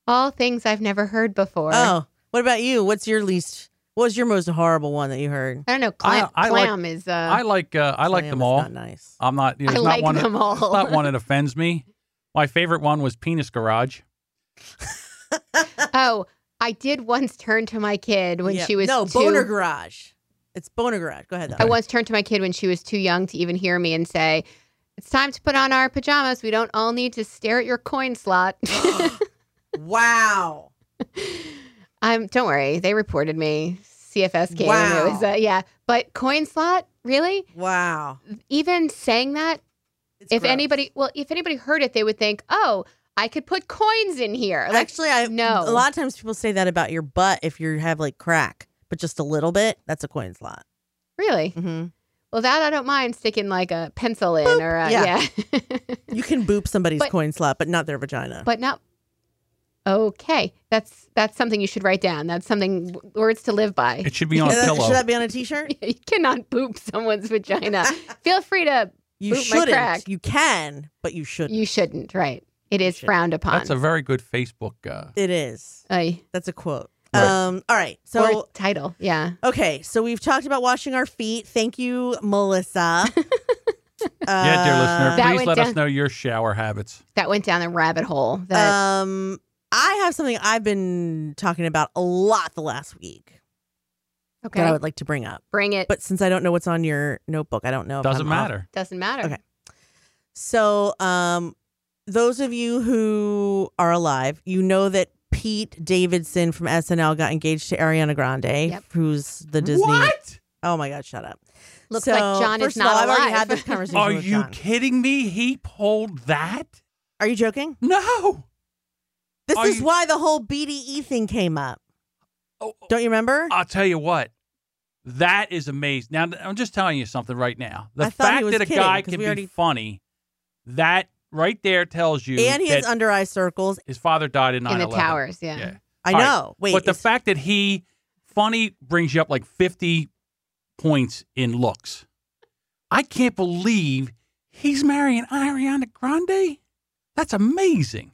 S1: All things I've never heard before.
S3: Oh, what about you? What's your least? What was your most horrible one that you heard?
S1: I don't know. Clam,
S2: I- I like-
S1: clam is. Uh,
S2: I
S1: I,
S2: like uh, I like
S3: Slam
S2: them
S3: is
S2: all.
S3: Not nice.
S2: I'm not. You know, it's not
S1: like
S2: one
S1: them all.
S2: It's not one that offends me. My favorite one was Penis Garage.
S1: oh, I did once turn to my kid when
S3: Yeah.
S1: she was
S3: no
S1: too,
S3: boner garage. It's boner garage. Go ahead.
S1: I
S3: though.
S1: once turned to my kid when she was too young to even hear me and say, "It's time to put on our pajamas. We don't all need to stare at your coin slot."
S3: wow.
S1: Um, don't worry, they reported me. CFS came. It was
S3: Wow.
S1: uh, yeah, but coin slot really?
S3: Wow.
S1: Even saying that,
S3: It's
S1: if
S3: gross.
S1: anybody, well, if anybody heard it, they would think, oh, I could put coins in here. Like,
S3: actually, I
S1: no.
S3: A lot of times people say that about your butt if you have like crack, but just a little bit. That's a coin slot.
S1: really?
S3: hmm
S1: Well, that I don't mind sticking like a pencil in
S3: Boop.
S1: or a, yeah,
S3: Yeah. You can boop somebody's
S1: But-
S3: coin slot, but not their vagina.
S1: but not. Okay, that's that's something you should write down. That's something words to live by.
S2: It should be on a
S3: Yeah, that-
S2: pillow.
S3: should that be on a t-shirt?
S1: you cannot boop someone's vagina. Feel free to.
S3: You
S1: Boop my
S3: shouldn't.
S1: crack.
S3: You can, but you shouldn't.
S1: You shouldn't. Right. It is
S3: shouldn't.
S1: frowned upon.
S2: That's a very good Facebook. Uh,
S3: It is.
S1: Ay.
S3: That's a quote.
S2: Right.
S3: Um. All right. So
S1: or title. Yeah.
S3: okay. So we've talked about washing our feet. Thank you, Melissa.
S2: yeah, dear listener,
S3: Uh,
S1: That
S2: please
S1: went
S2: let us
S1: down-
S2: know your shower habits.
S1: That went down the rabbit hole. That
S3: um. I have something I've been talking about a lot the last week
S1: okay.
S3: that I would like to bring up.
S1: Bring it.
S3: But since I don't know what's on your notebook, I don't know. if
S2: Doesn't
S3: I'm off
S2: matter.
S1: Doesn't matter.
S3: Okay. So, um, those of you who are alive, you know that Pete Davidson from SNL got engaged to Ariana Grande,
S1: Yep.
S3: who's the Disney.
S2: What?
S3: Oh my God, shut up!
S1: Looks
S3: So,
S1: like John
S3: first
S1: is
S3: of all,
S1: not
S3: I've already
S1: alive.
S3: had this conversation.
S2: Are
S3: with
S2: you
S3: John.
S2: kidding me? He pulled that?
S3: Are you joking?
S2: No.
S3: Oh, This
S2: Are
S3: is
S2: you-
S3: why the whole BDE thing came up.
S2: Oh,
S3: Don't you remember?
S2: I'll tell you what. That is amazing. Now I'm just telling you something right now. The
S3: I thought he
S2: fact
S3: was
S2: that a
S3: kidding,
S2: guy
S3: 'cause
S2: can
S3: we
S2: be
S3: already-
S2: funny, that right there tells you
S3: and he
S2: that
S3: has under eye circles.
S2: his father died in 9/11.
S1: In the towers. Yeah.
S2: Oh, Yeah.
S3: I
S2: All right,
S3: know. Wait,
S2: but the
S3: is-
S2: fact that he funny brings you up like 50 points in looks. I can't believe he's marrying Ariana Grande. That's amazing.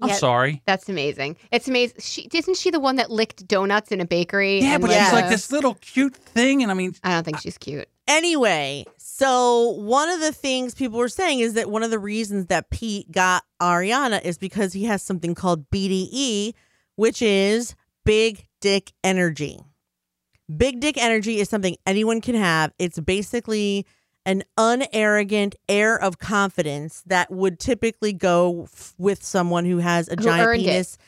S2: I'm
S1: Yeah,
S2: sorry.
S1: That's amazing. It's amazing. She isn't she the one that licked donuts in a bakery?
S2: Yeah,
S1: and,
S2: but
S3: like,
S2: she's like
S1: uh,
S2: this little cute thing, and I mean,
S1: I don't think she's cute.
S3: Anyway, so one of the things people were saying is that one of the reasons that Pete got Ariana is because he has something called BDE, which is big dick energy. Big dick energy is something anyone can have. It's basically an unarrogant air of confidence that would typically go f- with someone who has a
S1: Who
S3: giant
S1: earned it.
S3: penis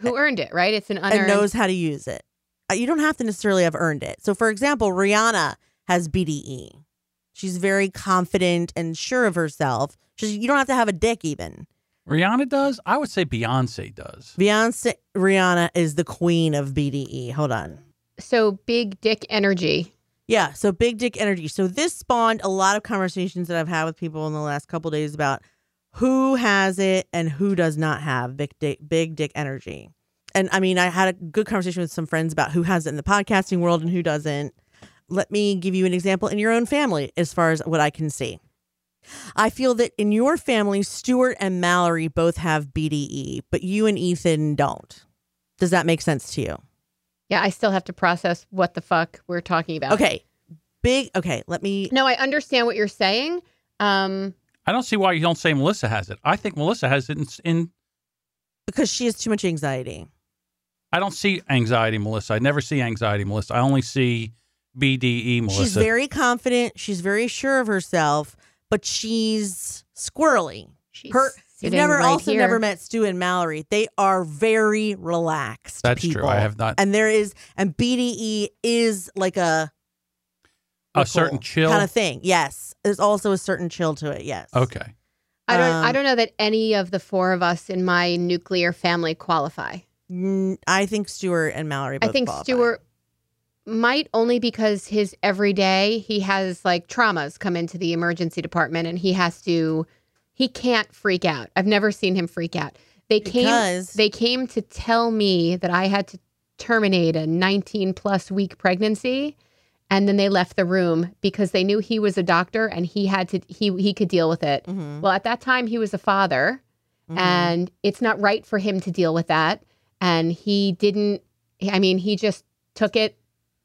S1: Who earned it? Right? It's an unearned.
S3: and knows how to use it. Uh, You don't have to necessarily have earned it. So, for example, Rihanna has BDE. She's very confident and sure of herself. She's, you don't have to have a dick even.
S2: Rihanna does. I would say Beyonce does.
S3: Beyonce, Rihanna is the queen of BDE. Hold on.
S1: so big dick energy.
S3: Yeah, so big dick energy. So this spawned a lot of conversations that I've had with people in the last couple days about who has it and who does not have big dick, big dick energy. And I mean, I had a good conversation with some friends about who has it in the podcasting world and who doesn't. Let me give you an example in your own family as far as what I can see. I feel that in your family, Stuart and Mallory both have BDE, but you and Ethan don't. Does that make sense to you?
S1: Yeah, I still have to process what the fuck we're talking about.
S3: Okay. Big, okay, let me
S1: No, I understand what you're saying. Um,
S2: I don't see why you don't say Melissa has it. I think Melissa has it in. in
S3: because she has too much anxiety.
S2: I don't see anxiety, Melissa. I never see anxiety, Melissa. I only see BDE, Melissa.
S3: She's very confident. She's very sure of herself, but she's squirrely.
S1: She's
S3: Her, you've
S1: sitting
S3: never
S1: right
S3: also
S1: here.
S3: never met Stu and Mallory. They are very relaxed.
S2: That's
S3: people.
S2: true. I have not
S3: and there is and BDE is like a
S2: a certain chill.
S3: kind of thing. Yes, there's also a certain chill to it. Yes.
S2: okay.
S1: I don't. I
S3: Um,
S1: don't know that any of the four of us in my nuclear family qualify.
S3: Mm, I think Stuart and Mallory.
S1: I
S3: Both
S1: think
S3: qualify.
S1: Stuart might only because his everyday he has like traumas come into the emergency department and he has to he can't freak out. I've never seen him freak out. They came
S3: because
S1: they came to tell me that I had to terminate a 19 plus week pregnancy and then they left the room because they knew he was a doctor and he had to he he could deal with it.
S3: Mhm,
S1: Well, at that time he was a father
S3: mhm.
S1: and it's not right for him to deal with that. And he didn't. I mean, he just took it,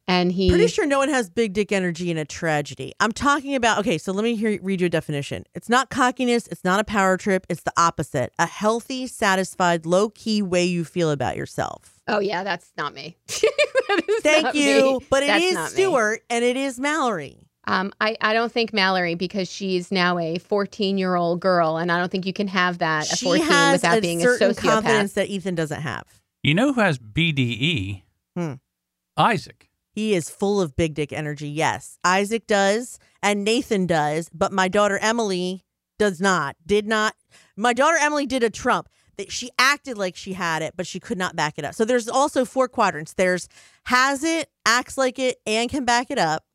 S1: and he.
S3: Pretty sure no one has big dick energy in a tragedy. I'm talking about okay, so let me hear read you a definition. It's not cockiness, it's not a power trip, it's the opposite. A healthy, satisfied, low key way you feel about yourself.
S1: Oh yeah, that's not me. That is
S3: Thank
S1: not
S3: you.
S1: me.
S3: But it
S1: That's
S3: is
S1: not me.
S3: Stuart and it is Mallory.
S1: Um, I I don't think Mallory because she's now a 14 year old girl, and I don't think you can have that at
S3: she
S1: 14
S3: has
S1: without
S3: a
S1: being a
S3: certain
S1: sociopath.
S3: confidence that Ethan doesn't have.
S2: You know who has BDE?
S3: Hmm.
S2: Isaac.
S3: He is full of big dick energy. Yes, Isaac does, and Nathan does, but my daughter Emily does not. Did not. My daughter Emily did a Trump. That she acted like she had it, but she could not back it up. So there's also four quadrants. There's has it, acts like it, and can back it up.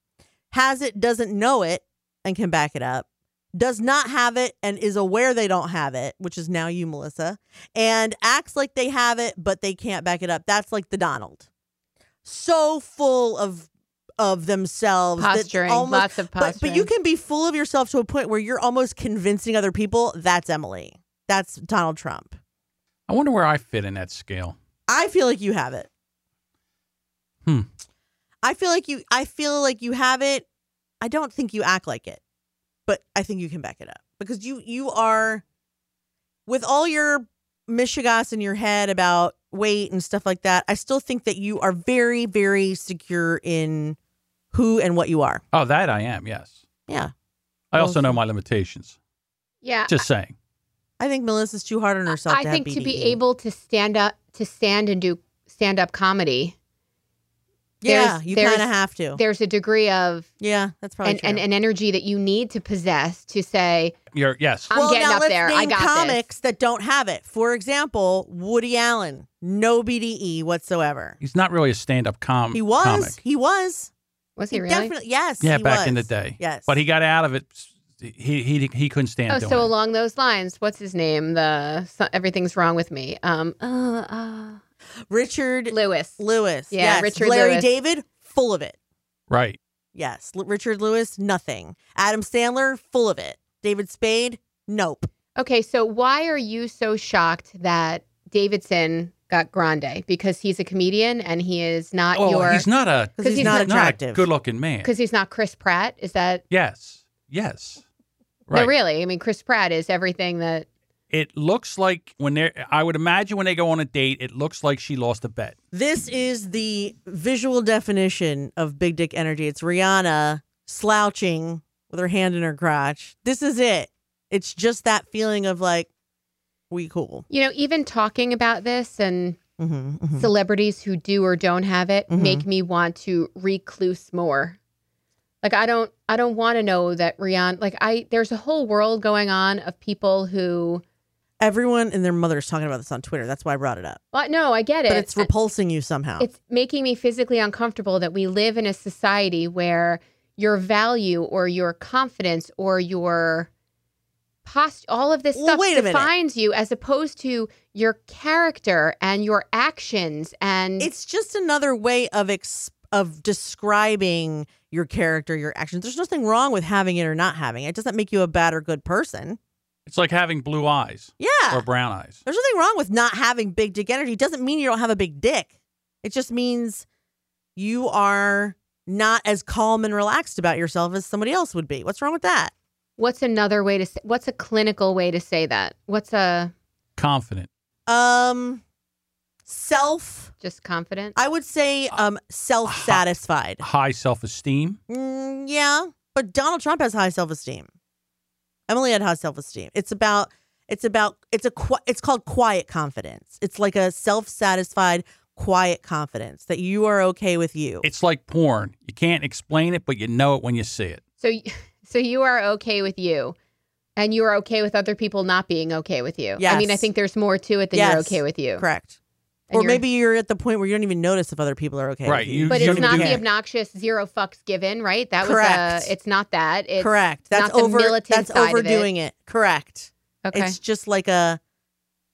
S3: Has it, doesn't know it, and can back it up. Does not have it and is aware they don't have it, which is now you, Melissa, and acts like they have it, but they can't back it up. That's like the Donald so full of of themselves that
S1: Posturing,
S3: almost-
S1: lots of
S3: but,
S1: posturing.
S3: but you can be full of yourself to a point where you're almost convincing other people that's Emily. That's Donald Trump.
S2: I wonder where I fit in that scale.
S3: I feel like you have it.
S2: Hmm.
S3: I feel like you I feel like you have it. I don't think you act like it. But I think you can back it up because you you are with all your mishigas in your head about weight and stuff like that. I still think that you are very very secure in who and what you are.
S2: Oh, that I am. Yes.
S3: Yeah.
S2: I also
S3: Well-
S2: know my limitations.
S1: yeah,
S2: Just saying.
S3: I think Melissa's too hard on herself
S1: I
S3: to have E.
S1: think to be
S3: BDE.
S1: able to stand up to stand and do stand up comedy,
S3: Yeah,
S1: there's-
S3: you
S1: there's-
S3: kind of have to.
S1: there's a degree of
S3: Yeah, that's probably
S1: and,
S3: true.
S1: and an energy that you need to possess to say
S2: You're yes.
S1: I'm
S3: well,
S1: getting
S3: now
S1: up
S3: let's
S1: there.
S3: Name
S1: I got
S3: comics that don't have it. For example, Woody Allen, no BDE whatsoever.
S2: He's not really a stand-up com-
S3: He was,
S2: Um, comic.
S3: he was,
S1: Was he, really?
S3: definitely yes.
S2: Yeah,
S3: he
S2: back in the
S3: was.
S2: day.
S3: Yes,
S2: But he got out of it. He he he couldn't stand
S1: oh,
S2: doing
S1: so
S2: it.
S1: along those lines, what's his name? The so, everything's wrong with me. Um, uh, uh,
S3: Richard
S1: Lewis.
S3: Lewis.
S1: Yeah,
S3: yes.
S1: Richard
S3: Larry
S1: Lewis.
S3: David, full of it.
S2: Right.
S3: Yes, L- Richard Lewis, nothing. Adam Sandler, full of it. David Spade, nope.
S1: Okay, so why are you so shocked that Davidson got Grande because he's a comedian and he is not
S2: oh,
S1: your
S2: he's not a
S3: Because he's,
S1: he's
S3: not,
S1: not-
S2: not
S3: attractive.
S2: a good-looking man.
S1: because he's not Chris Pratt? Is that
S2: Yes. Yes. Right.
S1: no? Really, I mean, Chris Pratt is everything that.
S2: It looks like when they're. I would imagine when they go on a date, it looks like she lost a bet.
S3: This is the visual definition of big dick energy. It's Rihanna slouching with her hand in her crotch. This is it. It's just that feeling of like, we cool.
S1: You know, even talking about this and
S3: Mm-hmm,
S1: celebrities who do or don't have it
S3: Mhm.
S1: make me want to recluse more. Like I don't I don't want to know that Rihanna like I there's a whole world going on of people who
S3: Everyone and their mother's talking about this on Twitter. That's why I brought it up.
S1: well no, I get it.
S3: But it's repulsing you somehow.
S1: uh, it's making me physically uncomfortable that we live in a society where your value or your confidence or your post all of this
S3: Well,
S1: stuff
S3: wait a minute.
S1: defines you as opposed to your character and your actions and
S3: it's just another way of ex- of describing your character, your actions. There's nothing wrong with having it or not having it. It doesn't make you a bad or good person.
S2: It's like having blue eyes
S3: Yeah.
S2: or brown eyes.
S3: There's nothing wrong with not having big dick energy. It doesn't mean you don't have a big dick. It just means you are not as calm and relaxed about yourself as somebody else would be. What's wrong with that?
S1: What's another way to say, what's a clinical way to say that? What's a
S2: Confident.
S3: Um self
S1: just confident?
S3: I would say um self-satisfied.
S2: high self esteem.
S3: Mm, yeah, but Donald Trump has high self-esteem. Emily had high self esteem. It's about it's about it's a qui- it's called quiet confidence. It's like a self satisfied quiet confidence that you are okay with you.
S2: It's like porn. You can't explain it, but you know it when you see it.
S1: So, y- so you are okay with you, and you are okay with other people not being okay with you. I mean, I
S3: Yes.
S1: think there's more to it than you're
S3: Yes.
S1: okay with you.
S3: Correct.
S1: And
S3: or
S1: you're-
S3: maybe you're at the point where you don't even notice if other people are okay.
S2: Right,
S3: With
S2: you-
S3: you.
S1: But
S2: you don't
S1: it's
S2: even
S1: not
S2: do
S1: the
S2: that.
S1: obnoxious zero fucks given, right? That was
S3: Correct.
S1: a, it's not that. It's,
S3: correct. That's
S1: not the
S3: over.
S1: militant
S3: that's
S1: side of it.
S3: overdoing it. Correct.
S1: Okay.
S3: It's just like a.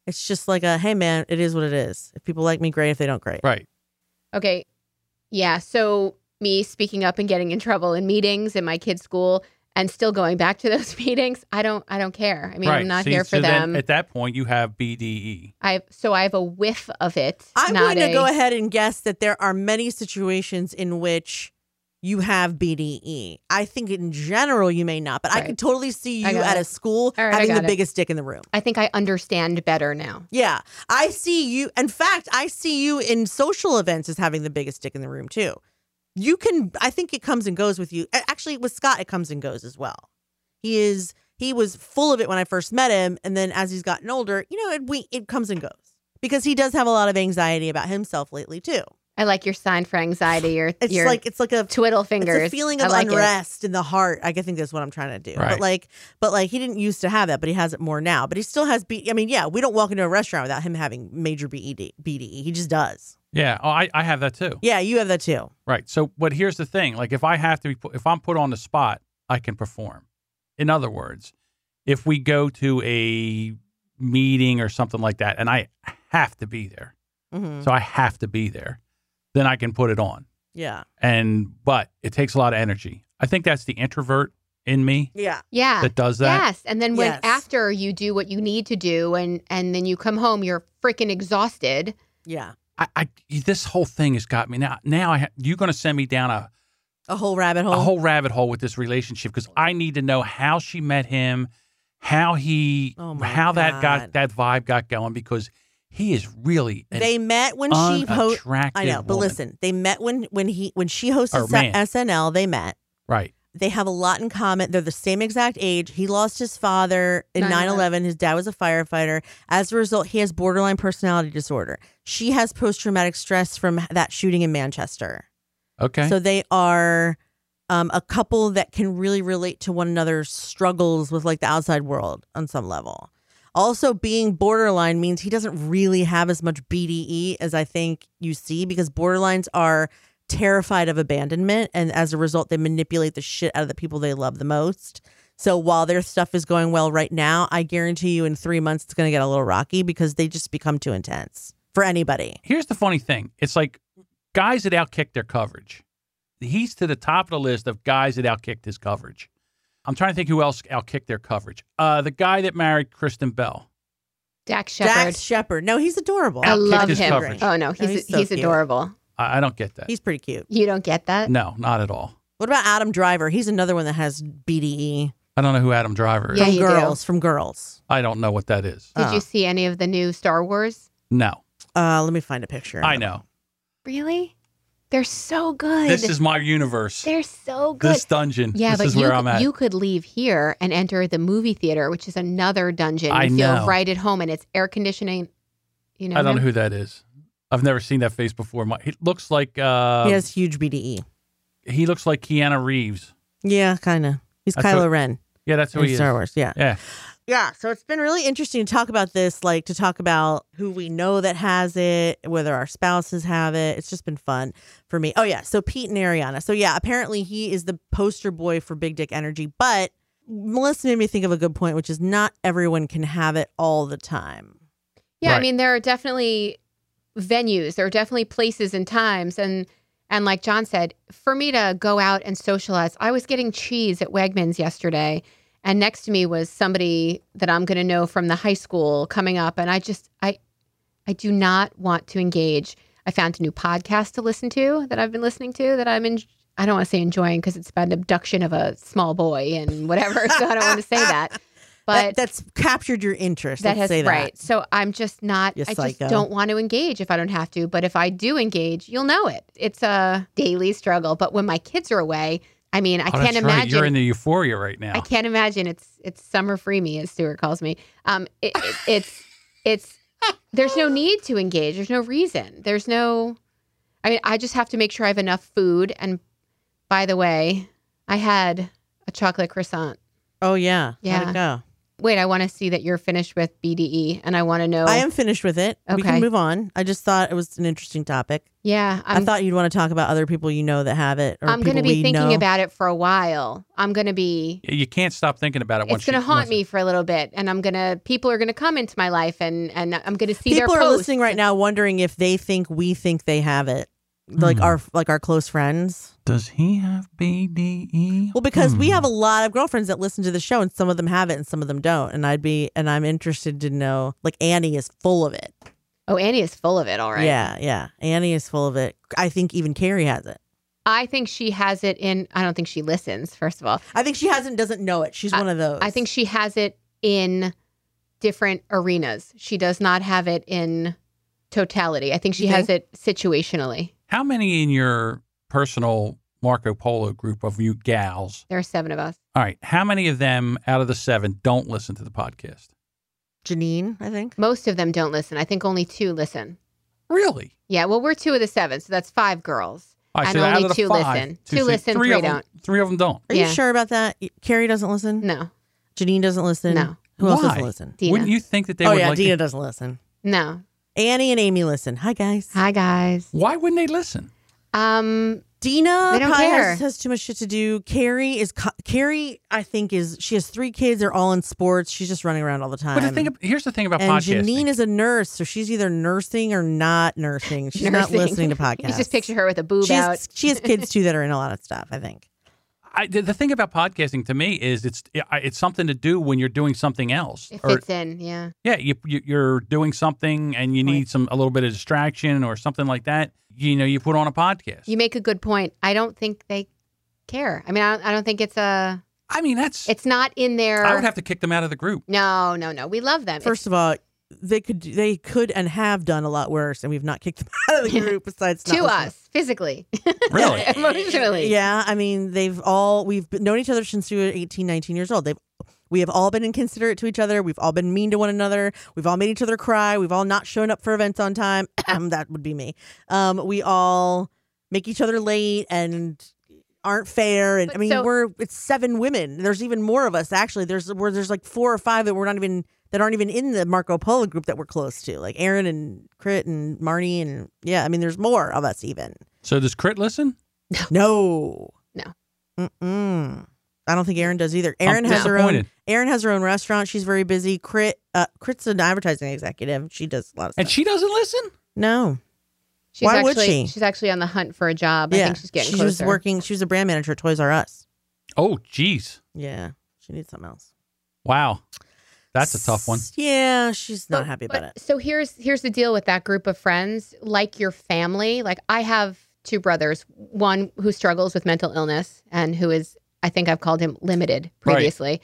S3: It's just like a hey man, it is what it is. If people like me, great. If they don't, great.
S2: Right.
S1: Okay. Yeah. So me speaking up and getting in trouble in meetings in my kids' school and still going back to those meetings, I don't I don't care. I mean,
S2: right.
S1: I'm not
S2: See,
S1: here for
S2: so then
S1: them.
S2: at that point, you have E. BDE.
S1: I so I have a whiff of it.
S3: I'm
S1: not
S3: going to
S1: a-
S3: go ahead and guess that there are many situations in which you have BDE. I think in general you may not, but
S1: Right.
S3: I could totally see you
S1: I got
S3: at
S1: it.
S3: a school
S1: All right, I
S3: having the
S1: got it.
S3: biggest dick in the room.
S1: I think I understand better now.
S3: Yeah. I see you. In fact, I see you in social events as having the biggest dick in the room, too. You can, I think it comes and goes with you. A- Actually, with Scott, it comes and goes as well. He is, he was full of it when I first met him. And then as he's gotten older, you know, it, we, it comes and goes because he does have a lot of anxiety about himself lately, too.
S1: I like your sign for anxiety. Your
S3: It's
S1: your
S3: like, it's like a,
S1: twiddle fingers.
S3: it's a feeling
S1: I
S3: of
S1: like it.
S3: unrest in the heart. I think that's what I'm trying to do.
S2: Right.
S3: But like, but like, he didn't used to have that, but he has it more now. But he still has. B- I mean, yeah, we don't walk into a restaurant without him having major E BED, BDE. He just does.
S2: Yeah. Oh, I, I have that too.
S3: Yeah, you have that too.
S2: Right. So, but here's the thing: like, if I have to be, put, if I'm put on the spot, I can perform. In other words, if we go to a meeting or something like that, and I have to be there,
S3: hmm
S2: so I have to be there, then I can put it on.
S3: Yeah,
S2: And but it takes a lot of energy. I think that's the introvert in me
S3: yeah,
S1: Yeah.
S2: that does that.
S1: Yes. And then when
S3: Yes.
S1: after you do what you need to do and and then you come home, you're freaking exhausted.
S3: yeah.
S2: I, I this whole thing has got me now. Now I ha- you're going to send me down a,
S3: A whole rabbit hole.
S2: a whole rabbit hole with this relationship because I need to know how she met him, how he,
S3: Oh my
S2: how that got
S3: God.
S2: that vibe got going because he is really an
S3: they met when she ho-
S2: unattractive.
S3: I know, but
S2: woman.
S3: listen, they met when when he when she hosted
S2: Or man.
S3: SNL. They met.
S2: right?
S3: they have a lot in common. They're the same exact age. He lost his father in 9
S1: 9/11.
S3: 11. His dad was a firefighter. As a result, he has borderline personality disorder. She has post traumatic stress from that shooting in Manchester.
S2: Okay,
S3: So they are um, a couple that can really relate to one another's struggles with like the outside world on some level. Also, being borderline means he doesn't really have as much BDE as I think you see because borderlines are terrified of abandonment. And as a result, they manipulate the shit out of the people they love the most. So while their stuff is going well right now, I guarantee you in three months it's going to get a little rocky because they just become too intense for anybody.
S2: here's the funny thing: it's like guys that outkick their coverage. He's to the top of the list of guys that outkicked his coverage. I'm trying to think who else outkicked their coverage. Uh, the guy that married Kristen Bell.
S1: Dak Shepard.
S3: Dax Shepard. No, he's adorable.
S1: I
S2: Outkicked
S1: love
S2: his
S1: him.
S2: coverage.
S1: Oh no, he's
S3: No,
S1: he's,
S3: he's so cute.
S1: adorable.
S2: I, I don't get that.
S3: He's pretty cute.
S1: You don't get that?
S2: no, not at all.
S3: What about Adam Driver? He's another one that has BDE
S2: I don't know who Adam Driver is.
S1: Yeah,
S3: from
S1: you do.
S3: girls. From girls.
S2: I don't know what that is.
S1: Did you
S3: Oh.
S1: see any of the new Star Wars?
S2: No,
S3: Uh, let me find a picture.
S2: I know.
S1: Really? They're so good.
S2: This is my universe.
S1: They're so good.
S2: This dungeon.
S1: yeah,
S2: this
S1: but
S2: is
S1: you,
S2: where
S1: c-
S2: I'm at.
S1: you could leave here and enter the movie theater, which is another dungeon.
S2: I
S1: you
S2: know.
S1: feel right at home and it's air conditioning. You know,
S2: I don't
S1: him?
S2: know who that is. I've never seen that face before. My, it looks like uh,
S3: He has huge BDE.
S2: he looks like Keanu Reeves.
S3: Yeah, kind of. He's
S2: That's
S3: Kylo
S2: what-
S3: Ren
S2: Yeah, that's who
S3: in
S2: he
S3: Star
S2: is.
S3: Wars. Yeah.
S2: Yeah,
S3: Yeah. So it's been really interesting to talk about this, like to talk about who we know that has it, whether our spouses have it. It's just been fun for me. Oh, yeah. So Pete and Ariana. So, yeah, apparently he is the poster boy for big dick energy. But Melissa made me think of a good point, which is not everyone can have it all the time.
S1: Yeah, I
S2: Right.
S1: mean, there are definitely venues, there are definitely places and times, and and like John said, for me to go out and socialize, I was getting cheese at Wegmans yesterday, and next to me was somebody that I'm going to know from the high school coming up, and I just I I do not want to engage. I found a new podcast to listen to that I've been listening to that I'm in. I don't want to say enjoying because it's about an abduction of a small boy and whatever, so I don't want to say that. But
S3: That- that's captured your interest.
S1: that
S3: Let's
S1: has
S3: say that.
S1: right. So I'm just not.
S3: You
S1: I just
S3: psycho.
S1: don't want to engage if I don't have to. But if I do engage, you'll know it. It's a daily struggle. But when my kids are away, I I mean, I
S2: Oh,
S1: can't
S2: that's
S1: imagine.
S2: Right. You're in the euphoria right now.
S1: I can't imagine. It's it's summer free me, as Stuart calls me. Um, it, it, it's it's there's no need to engage. There's no reason. There's no. I mean, I just have to make sure I have enough food. And by the way, I had a chocolate croissant.
S3: Oh yeah. How'd
S1: Yeah.
S3: it go?
S1: Wait, I want to see that you're finished with BDE, and I want to know.
S3: I am finished with it. We
S1: Okay.
S3: can move on. I just thought it was an interesting topic.
S1: Yeah,
S3: i
S1: I'm.
S3: thought you'd want to talk about other people you know that have it. Or
S1: I'm going to
S3: people
S1: be
S3: we
S1: thinking
S3: know.
S1: about it for a while. I'm going to be.
S2: Yeah, You can't stop thinking about it. once
S1: It's going to
S2: you-
S1: haunt
S2: once-
S1: me for a little bit, and I'm going to. People are going to come into my life, and and I'm going to see
S3: people
S1: their
S3: are
S1: posts.
S3: listening right now, wondering if they think we think they have it, like
S2: Hmm.
S3: our like our close friends.
S2: Does he have BDE?
S3: Well, because we
S2: Hmm.
S3: have a lot of girlfriends that listen to the show, and some of them have it, and some of them don't. And I'd be, and I'm interested to know. Like Annie is full of it.
S1: Oh, Annie is full of it. All right.
S3: Yeah, yeah. Annie is full of it. I think even Carrie has it.
S1: I think she has it in. I don't think she listens. First of all,
S3: I think she hasn't doesn't know it. She's one of those.
S1: I think she has it in different arenas. She does not have it in totality. I think she
S3: You
S1: has it situationally.
S2: How many in your personal Marco Polo group of you gals?
S1: There are seven of us.
S2: All right. How many of them out of the seven don't listen to the podcast?
S3: Janine. I think.
S1: Most of them don't listen. I think only two listen.
S2: Really?
S1: Yeah. Well, we're two of the seven, so that's five girls.
S2: All right,
S1: And
S2: so out
S1: only
S2: of the
S1: two
S2: five,
S1: listen. Two
S2: say-
S1: listen, three
S2: of them, Three of them don't.
S3: Are
S1: Yeah.
S3: you sure about that? Carrie doesn't listen.
S1: No,
S3: Janine doesn't listen.
S1: No.
S3: Who else
S2: Why?
S3: doesn't listen?
S1: Dina.
S2: Wouldn't you think that they
S3: oh
S2: would
S3: yeah,
S2: like?
S3: Dina
S2: to-
S3: doesn't listen.
S1: no.
S3: Annie and Amy listen. Hi guys.
S1: Hi guys.
S2: Why wouldn't they listen?
S1: Um,
S3: Dina
S1: They don't
S3: probably
S1: care.
S3: Has, has too much shit to do. Carrie is co- Carrie. I think is she has three kids. They're all in sports. She's just running around all the time.
S2: But the thing, ab- here's the thing about
S3: Um, and
S2: podcasting.
S3: Janine is a nurse, so she's either nursing or not nursing. She's not
S1: Nursing.
S3: listening to podcasts.
S1: you just picture her with a boob
S3: she
S1: out.
S3: has, she has kids too that are in a lot of stuff. I think.
S2: I, the, the thing about podcasting to me is it's I- it's something to do when you're doing something else.
S1: It
S2: Or
S1: fits in. Yeah.
S2: yeah, you, you you're doing something and you need some a little bit of distraction or something like that. You know, you put on a podcast.
S1: You make a good point. I don't think they care. I mean, I don't, I don't think it's a.
S2: I mean, that's
S1: It's not in their.
S2: I would have to kick them out of the group.
S1: No, no, no. We love them.
S3: First of all, they could do- they could and have done a lot worse, and we've not kicked them out of the group. Besides,
S1: It's to
S3: not
S1: us physically,
S2: Really?
S1: emotionally.
S3: Yeah, I mean, they've all we've been, known each other since we were 18, 19 years old. They've we have all been inconsiderate to each other. We've all been mean to one another. We've all made each other cry. We've all not shown up for events on time. that would be me. Um, we all make each other late and aren't fair. And I
S1: But
S3: mean,
S1: so-
S3: we're it's seven women. There's even more of us actually. There's where there's like four or five that we're not even that aren't even in the Marco Polo group that we're close to, like Aaron and Crit and Marnie and yeah. I mean, there's more of us even.
S2: So does Crit listen?
S3: No.
S1: No.
S3: Mm-mm. I don't think Erin does either. Erin
S2: I'm
S3: has her own.
S2: disappointed.
S3: Erin has her own restaurant. She's very busy. Crit, uh, Crit's an advertising executive. She does a lot of stuff.
S2: and she doesn't listen.
S3: no,
S1: She's
S3: Why
S1: actually,
S3: would she?
S1: She's actually on the hunt for a job. I
S3: yeah,
S1: think she's getting
S3: she was
S1: closer.
S3: working. She was a brand manager at Toys R Us.
S2: Oh, geez,
S3: Yeah, she needs something else.
S2: wow, that's a tough one.
S3: S- Yeah, she's not happy about it.
S1: So here's here's the deal with that group of friends, like your family. Like I have two brothers, one who struggles with mental illness and who is I think I've called him limited
S2: Right.
S1: previously.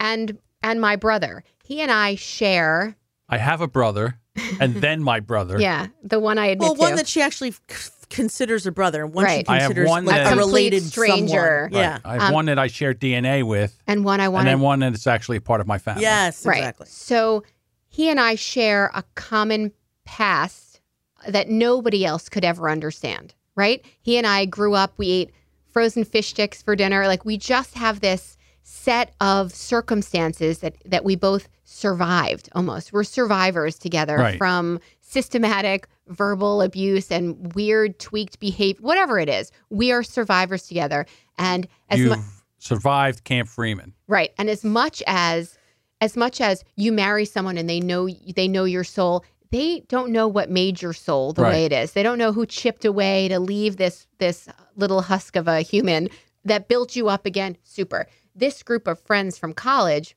S1: And and my brother. He and I share
S2: I have a brother, and then my brother.
S1: yeah, the one I admit
S3: Well, one
S1: to.
S3: that she actually f- considers her brother, and one she
S1: Right.
S2: I have
S3: considers
S2: one
S3: like
S2: that- A
S3: a
S1: complete
S3: related
S1: stranger.
S3: stranger.
S2: Right.
S3: Yeah.
S2: I have
S1: Um,
S2: one that I share DNA with,
S1: and one I
S2: and
S1: want
S2: then one that's actually part of my family.
S3: Yes,
S1: Right.
S3: exactly.
S1: So he and I share a common past that nobody else could ever understand, right? He and I grew up, we ate frozen fish sticks for dinner. Like we just have this set of circumstances that that we both survived almost. We're survivors together
S2: Right.
S1: from systematic verbal abuse and weird tweaked behavior, whatever it is. We are survivors together. And as
S2: You've
S1: mu-
S2: survived Camp Freeman.
S1: Right. And as much as as much as you marry someone and they know they know your soul, they don't know what made your soul the way it is. They don't know who chipped away to leave this this little husk of a human that built you up again. Super. This group of friends from college,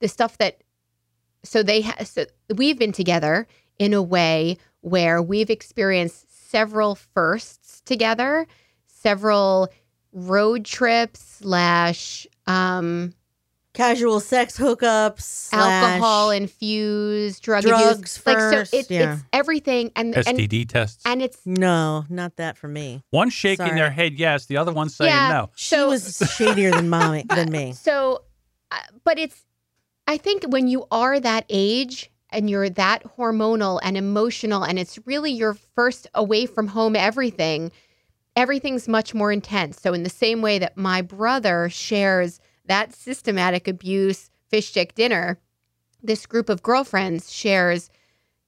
S1: the stuff that so they ha- so we've been together in a way where we've experienced several firsts together, several road trips slash um
S3: casual sex hookups, slash
S1: alcohol infused drug
S3: drugs
S1: abuse. like
S3: first.
S1: so, it,
S3: yeah.
S1: it's everything, and and
S2: STD tests.
S1: and it's
S3: no, not that for me.
S2: one shaking
S3: Sorry.
S2: their head yes, the other one saying
S1: Yeah.
S2: no.
S3: She
S1: So-
S3: was shadier than mommy than me.
S1: So, uh, but it's, I think when you are that age and you're that hormonal and emotional, and it's really your first away from home everything, everything's much more intense. So, in the same way that my brother shares that systematic abuse fish stick dinner, this group of girlfriends shares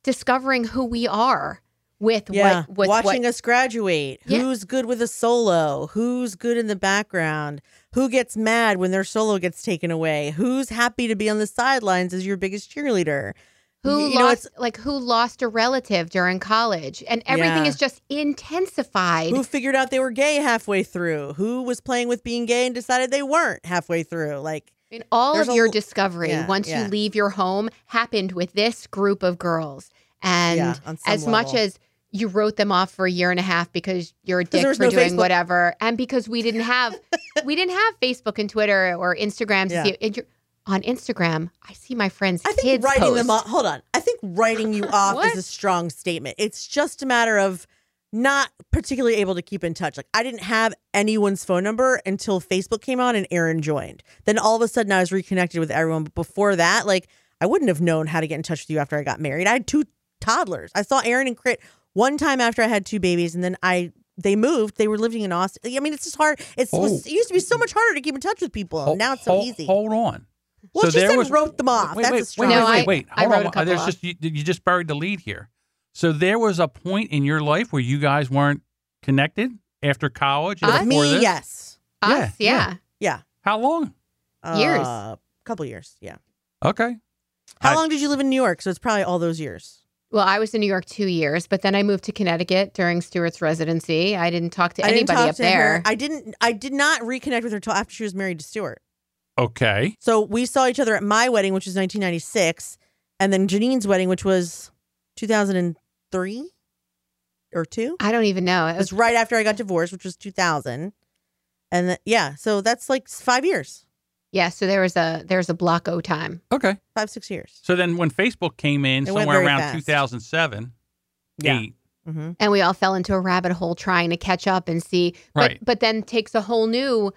S1: discovering who we are with
S3: Yeah,
S1: what with
S3: watching
S1: what,
S3: us graduate.
S1: Yeah.
S3: Who's good with a solo? Who's good in the background? Who gets mad when their solo gets taken away? Who's happy to be on the sidelines as your biggest cheerleader?
S1: who
S3: you
S1: lost
S3: know,
S1: like who lost a relative during college, and everything
S3: Yeah.
S1: is just intensified.
S3: Who figured out they were gay halfway through? Who was playing with being gay and decided they weren't halfway through? Like,
S1: I mean, all
S3: There's
S1: of
S3: a
S1: your
S3: l-
S1: discovery
S3: yeah,
S1: once
S3: yeah.
S1: you leave your home happened with this group of girls. And
S3: yeah, on some
S1: as much
S3: level.
S1: as you wrote them off for a year and a half because you're a
S3: 'Cause
S1: dick
S3: there
S1: for
S3: was no
S1: doing
S3: Facebook.
S1: whatever, and because we didn't have we didn't have Facebook and Twitter or Instagram to
S3: Yeah.
S1: see and you're, on Instagram, I see my friends'
S3: I think
S1: kids
S3: writing
S1: post.
S3: them off. Hold on. I think writing you off
S1: What?
S3: is a strong statement. It's just a matter of not particularly able to keep in touch. Like I didn't have anyone's phone number until Facebook came out and Aaron joined. Then all of a sudden I was reconnected with everyone. But before that, like I wouldn't have known how to get in touch with you after I got married. I had two toddlers. I saw Aaron and Crit one time after I had two babies, and then I they moved. They were living in Austin. I mean, it's just hard. It's
S2: Oh.
S3: it used to be so much harder to keep in touch with people.
S2: Hol-
S3: now it's so
S2: hol-
S3: easy.
S2: Hold on.
S3: well,
S2: so
S3: she
S2: there
S3: said
S2: was-
S3: wrote them off.
S2: Wait,
S3: That's
S2: wait,
S3: a strong
S2: wait,
S1: No,
S2: wait,
S1: I-
S2: wait.
S1: I
S2: Hold
S1: wrote
S2: on.
S1: a couple
S2: There's
S1: off.
S2: just you, you just buried the lead here. So there was a point in your life where you guys weren't connected after college. and
S1: Us?
S2: before
S3: Uh, me,
S2: this?
S3: yes.
S1: Us,
S2: Yeah,
S1: yeah.
S2: How long?
S1: Years.
S3: Uh, couple years, yeah.
S2: Okay.
S3: How
S2: I-
S3: long did you live in New York? So it's probably all those years.
S1: Well, I was in New York two years, but then I moved to Connecticut during Stewart's residency. I didn't talk to
S3: I
S1: anybody
S3: didn't talk
S1: up
S3: to
S1: there.
S3: Her. I didn't. I did not reconnect with her till after she was married to Stewart.
S2: Okay.
S3: So we saw each other at my wedding, which was 1996, and then Janine's wedding, which was 2003 or two.
S1: I don't even know. It
S3: It
S1: was
S3: was right after I got divorced, which was 2000. And th- yeah, so that's like five years,
S1: Yeah, so there was a there's a block O time.
S2: Okay.
S3: five six years.
S2: So then when Facebook came in
S3: It went
S2: somewhere
S3: very
S2: around
S3: fast.
S2: 2007, eight,
S3: hmm
S1: And we all fell into a rabbit hole trying to catch up and see. But
S2: Right.
S1: but then takes a whole new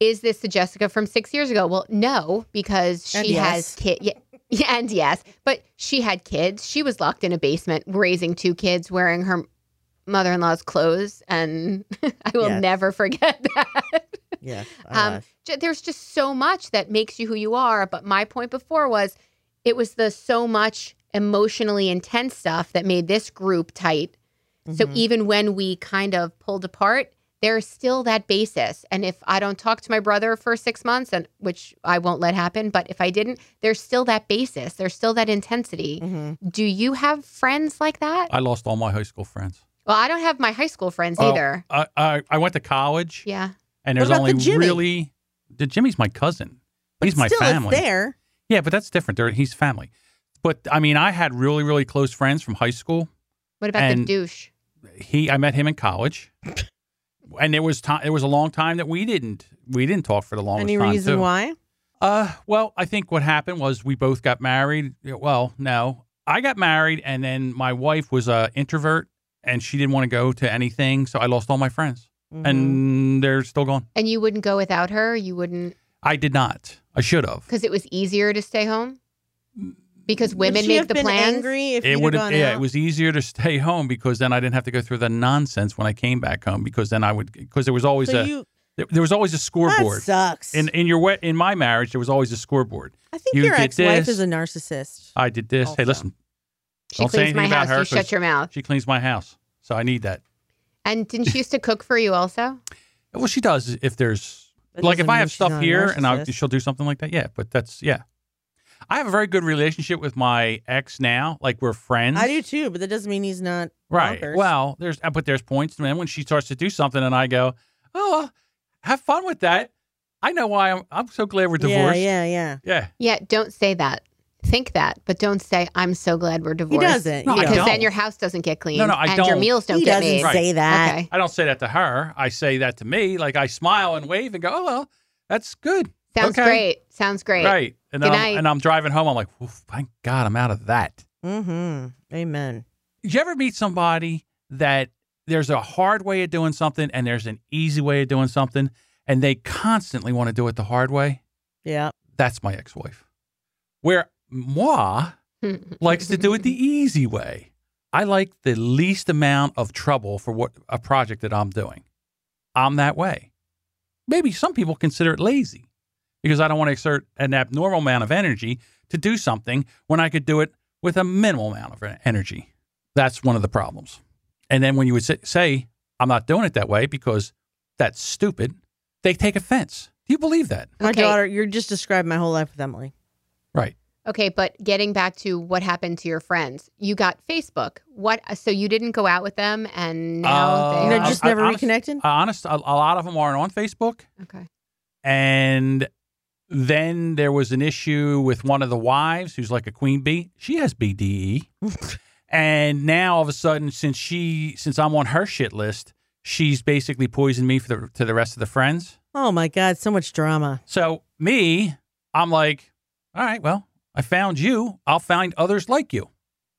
S1: is this the Jessica from 6 years ago? Well, no, because
S3: And
S1: she
S3: yes.
S1: has kid yeah, yeah, and yes, but she had kids. She was locked in a basement raising two kids wearing her mother-in-law's clothes and I will
S3: Yes.
S1: never forget that.
S3: Yeah. I
S1: Um,
S3: laugh.
S1: ju- there's just so much that makes you who you are. But my point before was it was the so much emotionally intense stuff that made this group tight. Um, So e
S3: Mhm.
S1: even when we kind of pulled apart, there's still that basis. And if I don't talk to my brother for six months, and which I won't let happen, but if I didn't, there's still that basis. There's still that intensity.
S3: Mhm.
S1: Do you have friends like that?
S2: I lost all my high school friends.
S1: Well, I don't have my high school friends
S2: Oh.
S1: either.
S2: I, I, I went to college,
S1: Yeah.
S2: and there's
S3: What about
S2: only
S3: the Jimmy?
S2: really the Jimmy's my cousin. He's my
S3: Still,
S2: family.
S3: It's there.
S2: Yeah, but that's different. They're, he's family. But I mean, I had really, really close friends from high school.
S1: What about the
S2: And-
S1: douche?
S2: He, I met him in college, and there was time. There was a long time that we didn't we didn't talk for the longest
S3: Any
S2: time.
S3: reason
S2: too.
S3: why?
S2: Uh, well, I think what happened was we both got married. Yeah, Well, no, I got married, and then my wife was a introvert, and she didn't want to go to anything, so I lost all my friends, Mm-hmm.
S3: Mm-hmm.
S2: and they're still gone.
S1: And you wouldn't go without her? You wouldn't
S2: I did not. I should have.
S1: because it was easier to stay home because
S3: Would
S1: women
S3: she
S1: make
S3: have
S1: the
S3: been
S1: plans.
S3: Angry if
S2: it
S3: would
S2: have
S3: have.
S2: yeah it was easier to stay home because then i didn't have to go through the nonsense when i came back home because then i would because there was always
S3: So
S2: a
S3: you,
S2: there, there was always a
S3: that
S2: scoreboard
S3: sucks.
S2: in in your wet in my marriage there was always a scoreboard
S3: I think
S2: you
S3: your
S2: did
S3: ex-wife
S2: this.
S3: is a narcissist.
S2: i did this hey
S3: Also.
S2: listen
S1: She
S2: Don't say
S1: cleans
S2: anything
S1: my house.
S2: about her,
S1: you
S2: 'cause-
S1: shut your mouth.
S2: she cleans my house so i need that
S1: And didn't she used to cook for you also?
S2: well she does if there's
S3: That
S2: like if
S3: doesn't
S2: i
S3: mean
S2: have
S3: she's
S2: stuff
S3: not a
S2: here and I,
S3: narcissist.
S2: she'll do something like that yeah but that's yeah i have a very good relationship with my ex now like we're friends
S3: I do too, but that doesn't mean he's not
S2: Right.
S3: bonkers.
S2: Well, there's uh, but there's points, man. When she starts to do something, and I go, "Oh, have fun with that." I know why I'm. I'm so glad we're divorced.
S3: Yeah, yeah, yeah.
S2: Yeah.
S1: Yeah, don't say that. Think that, but don't say, I'm so glad we're
S3: He
S1: divorced.
S3: doesn't.
S2: No,
S3: you
S2: I
S3: know.
S1: Because
S2: don't.
S1: then your house doesn't get cleaned.
S2: No, no, I
S1: and your
S2: don't.
S1: meals don't
S3: He
S1: get
S3: doesn't
S1: made.
S2: Right.
S3: say that.
S1: Okay.
S2: I don't say that to her. I say that to me. Like I smile and wave and go, "Oh well, that's good.
S1: Sounds
S2: Okay.
S1: great. Sounds great.
S2: Right. And then
S1: Good
S2: I'm,
S1: night.
S2: and I'm driving home. I'm like, "Oof, thank God I'm out of that.
S3: Mm-hmm. Amen.
S2: Did you ever meet somebody that there's a hard way of doing something and there's an easy way of doing something and they constantly want to do it the hard way?
S3: Yeah.
S2: That's my ex wife. Where moi likes to do it the easy way. I like the least amount of trouble for what a project that I'm doing. I'm that way. Maybe some people consider it lazy because I don't want to exert an abnormal amount of energy to do something when I could do it with a minimal amount of en- energy. That's one of the problems. And then when you would sa- say, I'm not doing it that way because that's stupid, they take offense. Do you believe that?
S3: My
S1: Okay.
S3: daughter, you're just describing my whole life with Emily.
S2: Right.
S1: Okay, but getting back to what happened to your friends, you got Facebook. What? So you didn't go out with them, and now
S2: Uh,
S1: they
S3: You
S1: are.
S3: know,
S2: I-
S3: just
S2: I-
S3: never
S2: honest-
S3: reconnected.
S2: Uh, honest, a, a lot of them aren't on Facebook.
S1: okay.
S2: And then there was an issue with one of the wives who's like a queen bee. She has BDE. and now all of a sudden, since she, since I'm on her shit list, she's basically poisoned me for the, to the rest of the friends.
S3: oh my God, so much drama.
S2: So me, I'm like, all right, well, I found you. I'll find others like you.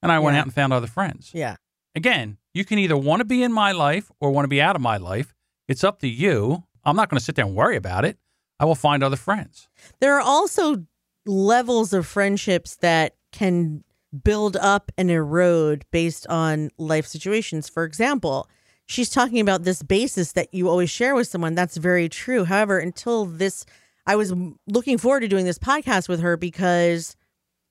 S2: And I went
S3: Yeah.
S2: out and found other friends.
S3: Yeah.
S2: Again, you can either want to be in my life or want to be out of my life. It's up to you. I'm not going to sit there and worry about it. I will find other friends.
S3: There are also levels of friendships that can build up and erode based on life situations. For example, she's talking about this basis that you always share with someone. That's very true. However, until this, I was m- looking forward to doing this podcast with her because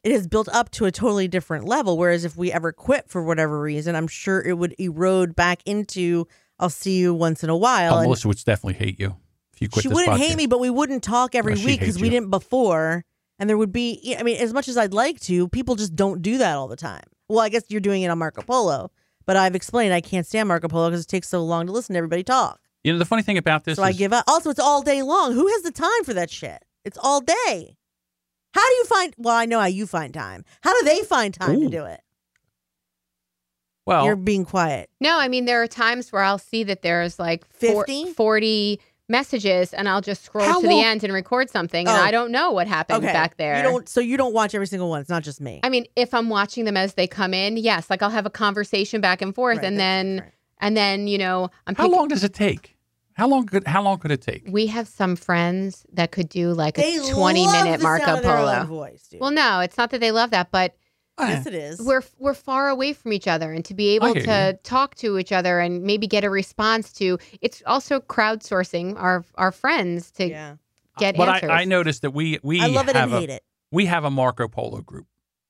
S3: it has built up to a totally different level. Whereas if we ever quit for whatever reason, I'm sure it would erode back into I'll see you once in a while.
S2: Oh,
S3: and-
S2: Melissa would definitely hate you if you quit
S3: she
S2: this
S3: wouldn't
S2: podcast.
S3: hate me, but we wouldn't talk every
S2: No, she'd
S3: week because
S2: hate
S3: we
S2: you.
S3: didn't before. And there would be, I mean, as much as I'd like to, people just don't do that all the time. Well, I guess you're doing it on Marco Polo, but I've explained I can't stand Marco Polo because it takes so long to listen to everybody talk.
S2: You know, the funny thing about this
S3: so I
S2: is
S3: give up. Also, it's all day long. Who has the time for that shit? It's all day. How do you find? Well, I know how you find time. How do they find time
S2: Ooh.
S3: to do it?
S2: well,
S3: You're being quiet.
S1: No, I mean there are times where I'll see that there's like four,
S3: 50?
S1: 40 messages, and I'll just scroll
S2: How
S1: to
S2: long-
S1: the end and record something, and
S3: Oh.
S1: I don't know what happened
S3: okay,
S1: back there.
S3: You don't. So you don't watch every single one. It's not just me.
S1: I mean, if I'm watching them as they come in, yes, like I'll have a conversation back and forth,
S3: Right,
S1: and
S3: that's
S1: then
S3: different.
S1: and then you know I'm.
S2: how
S1: picking-
S2: long does it take? How long could how long could it take?
S1: We have some friends that could do like
S3: they
S1: a 20
S3: love
S1: minute
S3: the sound
S1: Marco
S3: of their
S1: Polo.
S3: own voice, dude.
S1: Well, no, it's not that they love that, but
S2: Ah,
S3: yes, it is.
S1: we're we're far away from each other and to be able
S2: hear
S1: to talk to each other and maybe get a response to it's also crowdsourcing our our friends to
S3: yeah.
S1: get
S2: but
S1: answers.
S2: I, I noticed that we we
S3: I love it
S2: have
S3: and
S2: a,
S3: hate it.
S2: we have a Marco Polo group.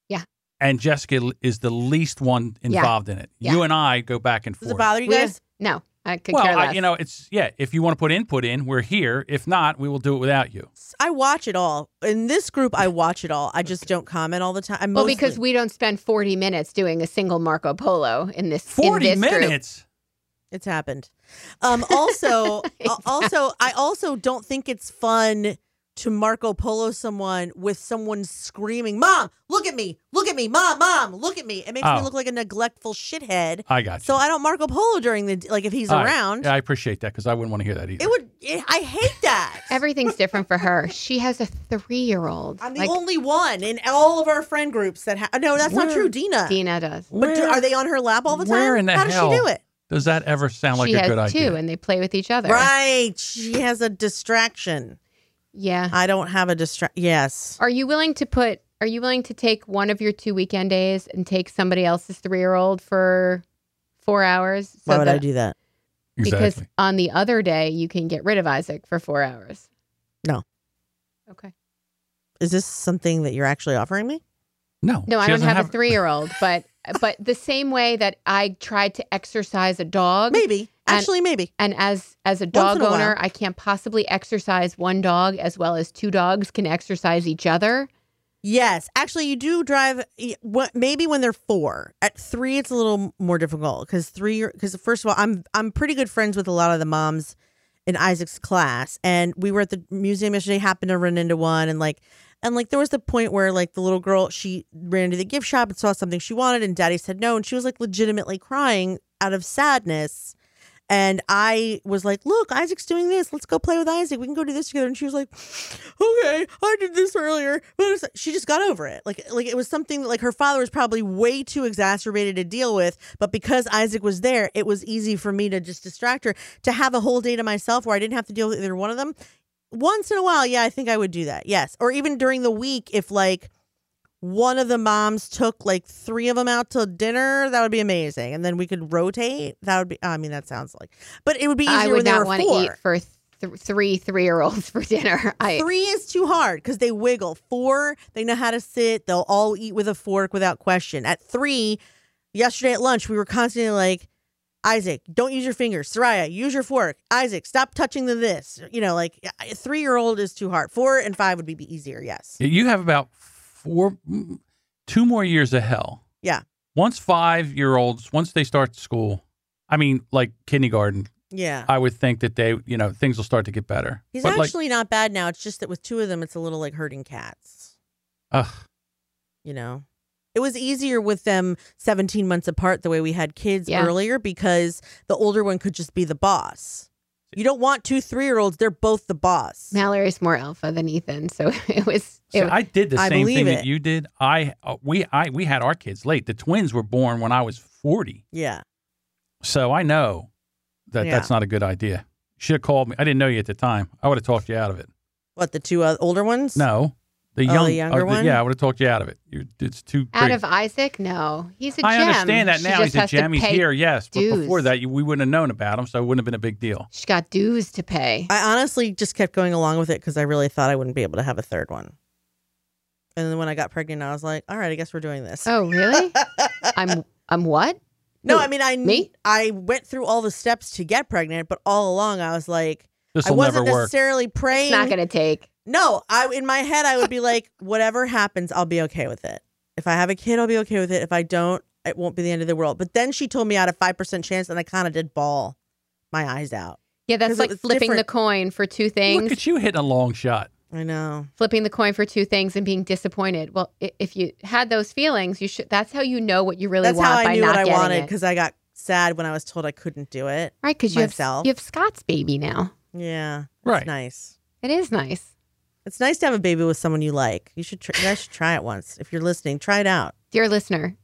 S1: Yeah.
S2: And Jessica is the least one involved in it.
S1: Yeah.
S2: You and I go back and
S3: Does it
S2: forth.
S3: bother you
S1: We're-
S3: guys?
S1: no, I could
S2: well,
S1: care
S2: I-
S1: less.
S2: you know, it's yeah. If you want to put input in, we're here. If not, we will do it without you.
S3: I watch it all. In this group, I watch it all. I just don't comment all the time. I'm
S1: well, because
S3: mostly-
S1: we don't spend 40 minutes doing a single Marco Polo in this in
S2: Forty
S1: this group.
S2: minutes.
S3: it's happened. Um, also, al- also, I also don't think it's fun to Marco Polo someone with someone screaming, "Mom, look at me! Look at me! Mom, mom, look at me!" It makes
S2: Oh.
S3: me look like a neglectful shithead.
S2: I got you.
S3: So I don't Marco Polo during the like if he's
S2: All right.
S3: around.
S2: Yeah, I appreciate that because I wouldn't want to hear that either.
S3: It would. It, I hate that.
S1: Everything's different for her. She has a three year old.
S3: I'm the
S1: Like
S3: only one in all of our friend groups that. Ha- no, that's not
S2: Where-
S3: true, Dina.
S1: Dina does.
S3: But do,
S2: Where-
S3: are they on her lap all the time?
S2: Where in the
S3: How
S2: hell?
S3: does she do it?
S2: Does that ever sound like
S1: she
S2: a
S1: has
S2: good
S1: two,
S2: idea?
S1: and they play with each other.
S3: Right. She has a distraction.
S1: Yeah.
S3: I don't have a distract. Yes.
S1: Are you willing to put? Are you willing to take one of your two weekend days and take somebody else's three-year-old for four hours? So
S3: Why would I
S1: that-
S3: do that?
S1: Because
S2: exactly.
S1: on the other day you can get rid of Isaac for four hours.
S3: No.
S1: Okay.
S3: Is this something that you're actually offering me?
S2: no,
S1: No,
S2: she
S1: I don't
S2: doesn't
S1: have, a three-year-old, but but the same way that I tried to exercise a dog.
S3: Maybe.
S1: And-
S3: Actually, maybe.
S1: And as as a
S3: Once in
S1: dog
S3: a while.
S1: owner, I can't possibly exercise one dog as well as two dogs can exercise each other.
S3: Yes. Actually, you do drive. y- what- Maybe when they're four. At three, it's a little more difficult because three. Because first of all, I'm I'm pretty good friends with a lot of the moms in Isaac's class, and we were at the museum yesterday. Happened to run into one, and like, and like there was the point where like the little girl she ran into the gift shop and saw something she wanted, and Daddy said no, and she was like legitimately crying out of sadness. And I was like, look, Isaac's doing this. Let's go play with Isaac. We can go do this together. And she was like, okay, I did this earlier. But it's- she just got over it. Like, like it was something that like her father was probably way too exacerbated to deal with. But because Isaac was there, it was easy for me to just distract her to have a whole day to myself where I didn't have to deal with either one of them. Once in a while, yeah, I think I would do that. Yes. Or even during the week, if like one of the moms took like three of them out to dinner, that would be amazing. And then we could rotate. That would be, I mean, that sounds like, but it would be easier
S1: I
S3: when
S1: would
S3: there
S1: not
S3: were
S1: want e
S3: four.
S1: to eat for th- three three year olds for dinner. I
S3: Three is too hard because they wiggle. Four, they know how to sit. They'll all eat with a fork without question. At three, yesterday at lunch, we were constantly like, Isaac, don't use your fingers. Soraya, use your fork. Isaac, stop touching the this. You know, like a three year old is too hard. Four and five would be be easier. Yes.
S2: Yeah, You have about four, mm, two more years of hell.
S3: Yeah.
S2: Once five year olds, once they start school, I mean, like kindergarten,
S3: Yeah.
S2: I would think that they, you know, things will start to get better.
S3: He's
S2: But, like,
S3: actually not bad now. It's just that with two of them, it's a little like herding cats.
S2: ugh,
S3: you know it was easier with them 17 months apart the way we had kids
S1: Yeah.
S3: earlier because the older one could just be the boss you don't want two three-year-olds they're both the boss
S1: Mallory's more alpha than Ethan, so it was.
S2: See,
S1: It,
S2: I did the
S3: I
S2: same
S3: believe
S2: thing that
S3: it.
S2: you did. I uh, we I we had our kids late. The twins were born when I was forty,
S3: yeah
S2: so I know that
S3: Yeah.
S2: that's not a good idea. Should have called me. I didn't know you at the time. I would have talked you out of it.
S3: what the two uh, older ones
S2: No, the
S3: Oh, the
S2: young, uh,
S3: younger
S2: the-
S3: one?
S2: Yeah, I would have talked you out of it. You're, it's too
S1: out
S2: great.
S1: of Isaac, no, he's a gem.
S2: I understand that
S1: She
S2: now.
S1: just
S2: He's a
S1: has to
S2: gem. He's
S1: pay-
S2: here, yes. But before
S1: dues.
S2: that, you, we wouldn't have known about him, so it wouldn't have been a big deal.
S1: She got dues to pay.
S3: i honestly just kept going along with it because i really thought i wouldn't be able to have a third one and then when i got pregnant i was like all right i guess we're doing this
S1: oh, really? I'm I'm what?
S3: no
S1: who?
S3: i mean i
S1: Me?
S3: i went through all the steps to get pregnant but all along i was like
S2: This
S3: i
S2: will never
S3: wasn't
S2: work.
S3: necessarily praying
S1: It's not gonna take.
S3: No, I in my head I would be like, whatever happens, I'll be okay with it. If I have a kid, I'll be okay with it. If I don't, it won't be the end of the world. But then she told me out of five percent chance, and I kind of did ball my eyes out.
S1: Yeah,
S3: 'Cause
S1: that's
S3: it
S1: like
S3: was
S1: flipping
S3: different.
S1: the coin for two
S2: Look
S1: things.
S2: at you hitting a long shot.
S3: I know.
S1: Flipping the coin for two things and being disappointed. Well, i- if you had those feelings, you should. That's how you know what you really
S3: That's
S1: want
S3: how
S1: by
S3: I knew
S1: not
S3: what I
S1: getting
S3: wanted
S1: it.
S3: because I got sad when I was told I couldn't do it.
S1: right? Because you have
S3: myself.
S1: you have Scott's baby now.
S3: Yeah,
S2: Right.
S3: it's nice.
S1: It is nice.
S3: It's nice to have a baby with someone you like. You should. Tr- you guys should try it once if you're listening. Try it out.
S1: Dear listener,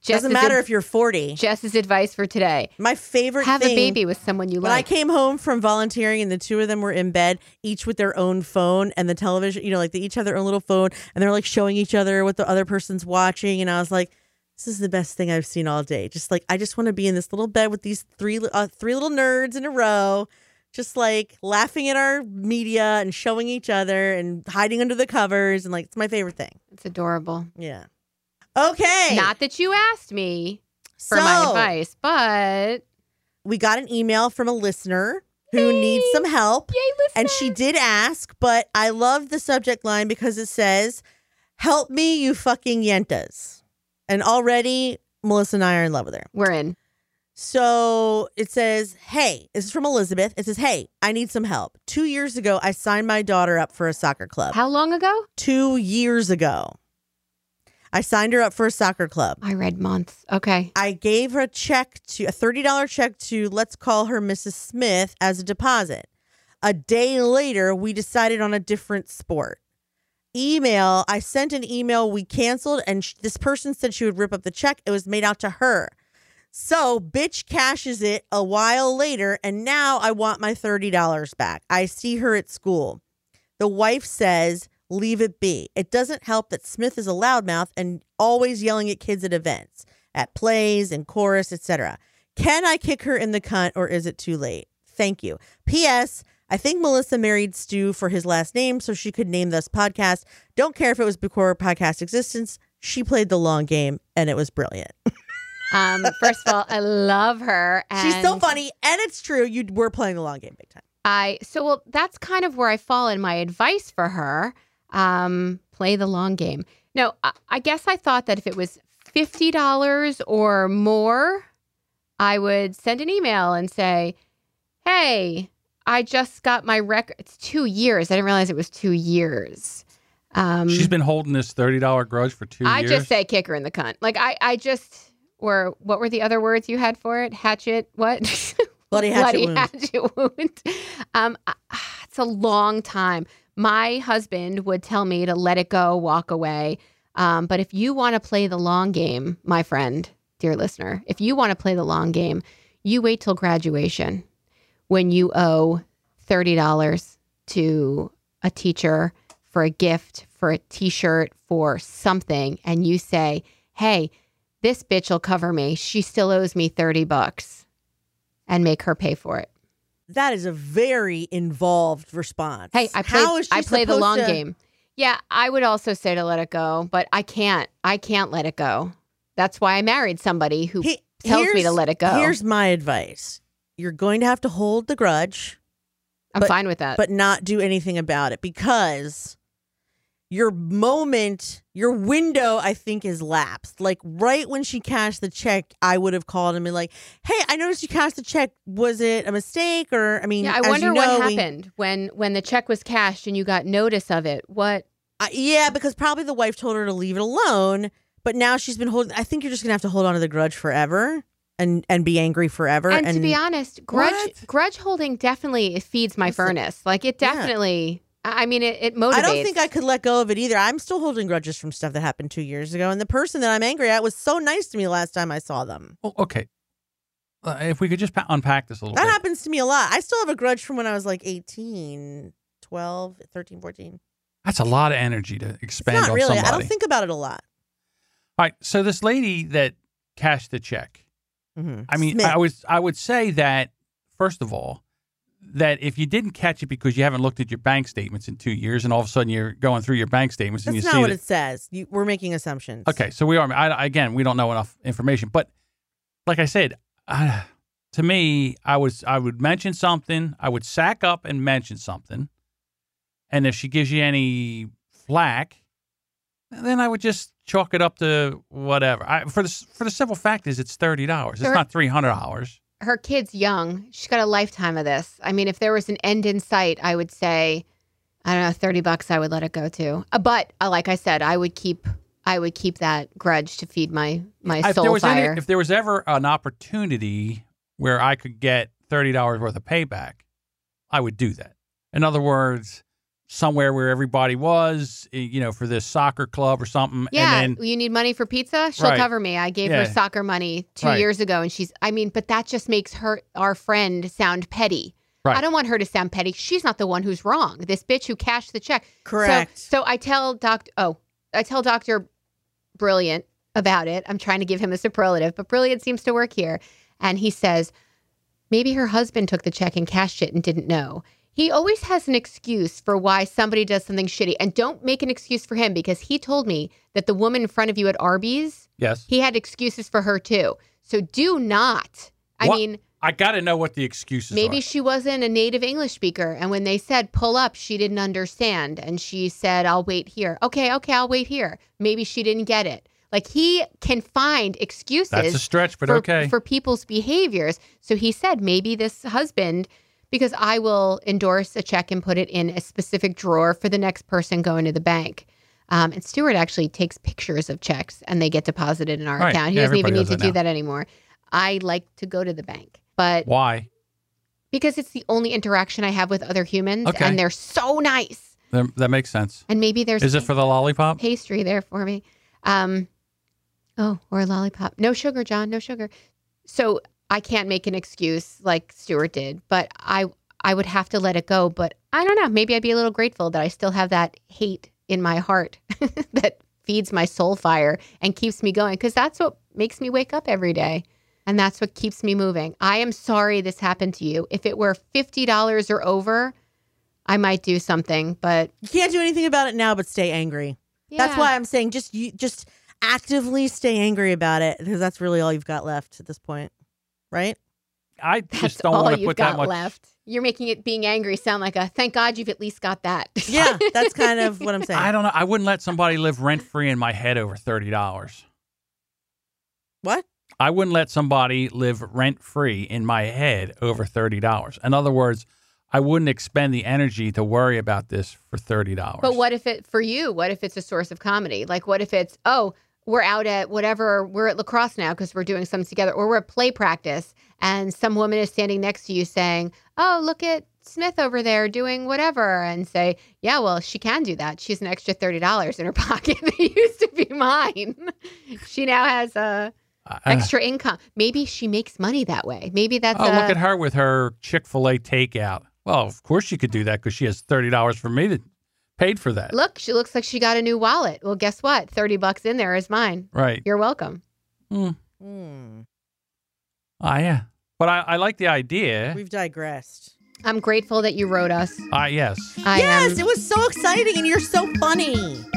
S1: Jess's,
S3: Doesn't matter
S1: ad-
S3: if you're 40.
S1: Jess's advice for today
S3: My favorite
S1: have
S3: thing
S1: a baby with someone you
S3: When I
S1: like.
S3: came home from volunteering and the two of them were in bed, each with their own phone and the television, you know, like they each have their own little phone and they're like showing each other what the other person's watching. And I was like, this is the best thing I've seen all day. Just like, I just want to be in this little bed with these three, li- uh, three little nerds in a row, just like laughing at our media and showing each other and hiding under the covers. And like, it's my favorite thing.
S1: It's adorable.
S3: Yeah. Okay.
S1: Not that you asked me for
S3: so,
S1: my advice, but
S3: We got an email from a listener who needs some help.
S1: yay, listen.
S3: And she did ask, but I love the subject line because it says, Help me, you fucking yentas. And already Melissa and I are in love with her.
S1: We're in.
S3: So it says, Hey, this is from Elizabeth. It says, Hey, I need some help. Two years ago, I signed my daughter up for a soccer club.
S1: How long ago?
S3: Two years ago, I signed her up for a soccer club.
S1: I read months. Okay.
S3: I gave her a check to a $30 check to let's call her Mrs. Smith as a deposit. A day later, we decided on a different sport. Email, I sent an email, we canceled, and sh- this person said she would rip up the check. It was made out to her. So, bitch cashes it a while later, and now I want my $30 back. I see her at school. The wife says, Leave it be. It doesn't help that Smith is a loudmouth and always yelling at kids at events at plays and chorus, etc. Can I kick her in the cunt or is it too late? Thank you. P.S. I think Melissa married Stu for his last name so she could name this podcast. Don't care if it was before podcast existence. She played the long game and it was brilliant.
S1: Um, first of all, I love her. And
S3: She's so funny and it's true. You were playing the long game big time.
S1: I so well that's kind of where I fall in my advice for her. Um, play the long game. No, I, I guess I thought that if it was fifty dollars or more, I would send an email and say, "Hey, I just got my record. It's two years. I didn't realize it was two years." Um,
S2: She's been holding this thirty dollar grudge for two
S1: I
S2: years.
S1: just say kick her in the cunt. Like I, I just or what were the other words you had for it? Hatchet. What?
S3: Bloody hatchet
S1: bloody
S3: wound.
S1: hatchet wound. Um, ah, it's a long time. My husband would tell me to let it go, walk away. Um, but if you want to play the long game, my friend, dear listener, if you want to play the long game, you wait till graduation when you owe $30 to a teacher for a gift, for a t shirt, for something, and you say, hey, this bitch will cover me. She still owes me 30 bucks and make her pay for it.
S3: that is a very involved response.
S1: Hey, I play,
S3: How is she
S1: I play the
S3: supposed
S1: long
S3: to-
S1: game. Yeah, I would also say to let it go, but I can't. I can't let it go. That's why I married somebody who
S3: He-
S1: tells me to
S3: here's-
S1: let it go.
S3: Here's my advice. You're going to have to hold the grudge,
S1: I'm
S3: but-
S1: fine with that.
S3: Uh, but not do anything about it because your moment, your window, I think, is lapsed. Like right when she cashed the check, I would have called and been like, Hey, I noticed you cashed the check. Was it a mistake? Or I mean,
S1: yeah, I
S3: as
S1: wonder
S3: you know,
S1: what
S3: we-
S1: happened when when the check was cashed and you got notice of it. What?
S3: I- yeah, because probably the wife told her to leave it alone, but now she's been holding I think you're just gonna have to hold on to the grudge forever and and be angry forever.
S1: And, to be honest, grudge
S2: What?
S1: grudge holding definitely feeds my
S3: Listen.
S1: furnace. Like it
S3: Yeah.
S1: definitely. I I mean, it, it motivates.
S3: I don't think I could let go of it either. I'm still holding grudges from stuff that happened two years ago, and the person that I'm angry at was so nice to me last time I saw them.
S2: Well, okay. Uh, if we could just pa- unpack this a little
S3: That
S2: bit.
S3: happens to me a lot. I still have a grudge from when I was like 18, 12, 13, 14.
S2: That's a lot of energy to
S3: It's
S2: expend
S3: not
S2: on
S3: really.
S2: somebody.
S3: I don't think about it a lot.
S2: All right. So this lady that cashed the check.
S3: Mm-hmm.
S2: I mean, I was I would say that first of all, that if you didn't catch it because you haven't looked at your bank statements in two years, and all of a sudden you're going through your bank statements and
S3: that's
S2: you
S3: not
S2: see
S3: what
S2: that-
S3: it says. You, we're making assumptions.
S2: Okay, so we are. I, again, we don't know enough information, but like I said, uh, to me, I was I would mention something. I would sack up and mention something, and if she gives you any flack, then I would just chalk it up to whatever. I, for the s- for the simple fact is, it's thirty dollars. It's
S1: Sure.
S2: not three hundred dollars.
S1: her kid's young. She's got a lifetime of this. I mean, if there was an end in sight, I would say, I don't know, thirty bucks. I would let it go to. Uh, But uh, like I said, I would keep, I would keep that grudge to feed my my
S2: If there
S1: soul
S2: was any-
S1: fire.
S2: if there was ever an opportunity where I could get thirty dollars worth of payback, I would do that. In other words, somewhere where everybody was, eh, you know, for this soccer club or something,
S1: yeah,
S2: and then
S1: you need money for pizza. She'll
S2: Right.
S1: cover me. I gave
S2: Yeah.
S1: her soccer money two
S2: Right.
S1: years ago, and she's. I mean, but that just makes her our friend sound petty.
S2: Right.
S1: I don't want her to sound petty. She's not the one who's wrong. This bitch who cashed the check.
S3: Correct.
S1: So, so I tell Doc. Oh, I tell Doctor Brilliant about it. I'm trying to give him a superlative, but Brilliant seems to work here. And he says maybe her husband took the check and cashed it and didn't know. He always has an excuse for why somebody does something shitty, and don't make an excuse for him because he told me that the woman in front of you at Arby's,
S2: yes,
S1: he had excuses for her too. So do not. I
S2: What?
S1: mean,
S2: I got to know what the excuses
S1: Maybe
S2: are.
S1: she wasn't a native English speaker. And when they said pull up, she didn't understand. And she said, I'll wait here. Okay, okay, I'll wait here. Maybe she didn't get it. Like he can find excuses
S2: That's a stretch, but
S1: for,
S2: okay.
S1: for people's behaviors. So he said, maybe this husband, because I will endorse a check and put it in a specific drawer for the next person going to the bank. Um, and Stuart actually takes pictures of checks and they get deposited in our
S2: Right.
S1: account. He
S2: Yeah,
S1: doesn't even
S2: everybody
S1: need
S2: does
S1: to
S2: that
S1: do
S2: now.
S1: that anymore. I like to go to the bank, but
S2: Why?
S1: because it's the only interaction I have with other humans,
S2: Okay.
S1: and they're so nice.
S2: That, that makes sense.
S1: And maybe there's
S2: Is it for the lollipop?
S1: pastry there for me. Um, oh, or a lollipop. No sugar, John. No sugar. So I can't make an excuse like Stuart did, but I I would have to let it go. But I don't know. Maybe I'd be a little grateful that I still have that hate in my heart that feeds my soul fire and keeps me going because that's what makes me wake up every day. And that's what keeps me moving. I am sorry this happened to you. If it were $50 or over, I might do something, but
S3: you can't do anything about it now, but stay angry. That's
S1: yeah.
S3: why I'm saying just you just actively stay angry about it because that's really all you've got left at this point, right?
S2: I
S1: That's
S2: just don't
S1: all
S2: want to
S1: you've
S2: put
S1: got
S2: that much.
S1: left. You're making it being angry sound like a thank God you've at least got that.
S3: Yeah, that's kind of what I'm saying.
S2: I don't know. I wouldn't let somebody live rent free in my head over thirty dollars.
S3: what?
S2: I wouldn't let somebody live rent free in my head over $30. In other words, I wouldn't expend the energy to worry about this for $30.
S1: but what if it for you? What if it's a source of comedy? Like what if it's oh we're out at whatever, we're at lacrosse now because we're doing something together, or we're at play practice, and some woman is standing next to you saying, Oh, look at Smith over there doing whatever, and say, Yeah, well, she can do that. She's an extra $30 in her pocket that used to be mine. she now has a.
S2: Uh,
S1: Extra income. Maybe she makes money that way. Maybe that's
S2: oh,
S1: a,
S2: look at her with her Chick Fil A takeout. Well, of course she could do that because she has thirty dollars from me that paid for that.
S1: Look, she looks like she got a new wallet. Well, guess what? 30 bucks in there is mine.
S2: Right.
S1: You're welcome.
S3: Hmm.
S2: Ah, yeah. But I, I like the idea.
S3: We've digressed.
S1: I'm grateful that you wrote us.
S2: Ah, yes.
S1: I
S3: yes,
S1: am.
S3: it was so exciting, and you're so funny.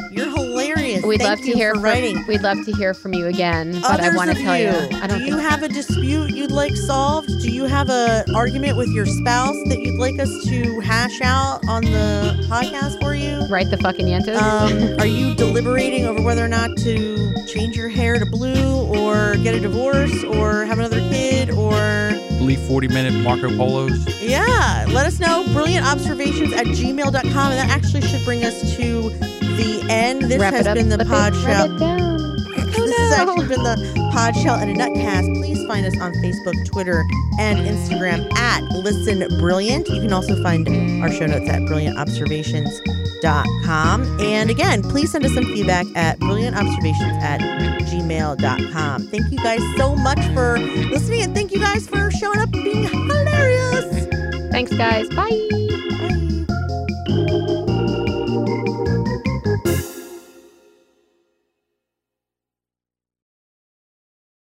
S3: You're hilarious.
S1: We'd
S3: Thank
S1: love to
S3: you
S1: hear
S3: for
S1: from,
S3: writing.
S1: We'd love to hear from you again, but
S3: Others
S1: I want to
S3: of
S1: tell you,
S3: you,
S1: I don't
S3: do
S1: think
S3: you have a dispute you'd like solved? Do you have an argument with your spouse that you'd like us to hash out on the podcast for you?
S1: write the fucking yentas.
S3: Um, are you deliberating over whether or not to change your hair to blue or get a divorce or have another kid or
S2: Leave forty minute Marco Polos.
S3: yeah let us know brilliant observations at gmail.com and that actually should bring us to the end this
S1: wrap
S3: has
S1: it up,
S3: been the
S1: but they
S3: pod
S1: write
S3: show
S1: it down.
S3: this has
S1: no.
S3: actually been the Pod Shell and a Nutcast. Please find us on Facebook, Twitter, and Instagram at Listen Brilliant. You can also find our show notes at brilliantobservations.com. And again, please send us some feedback at brilliantobservations at gmail.com. Thank you guys so much for listening and thank you guys for showing up and being hilarious.
S1: Thanks, guys. Bye.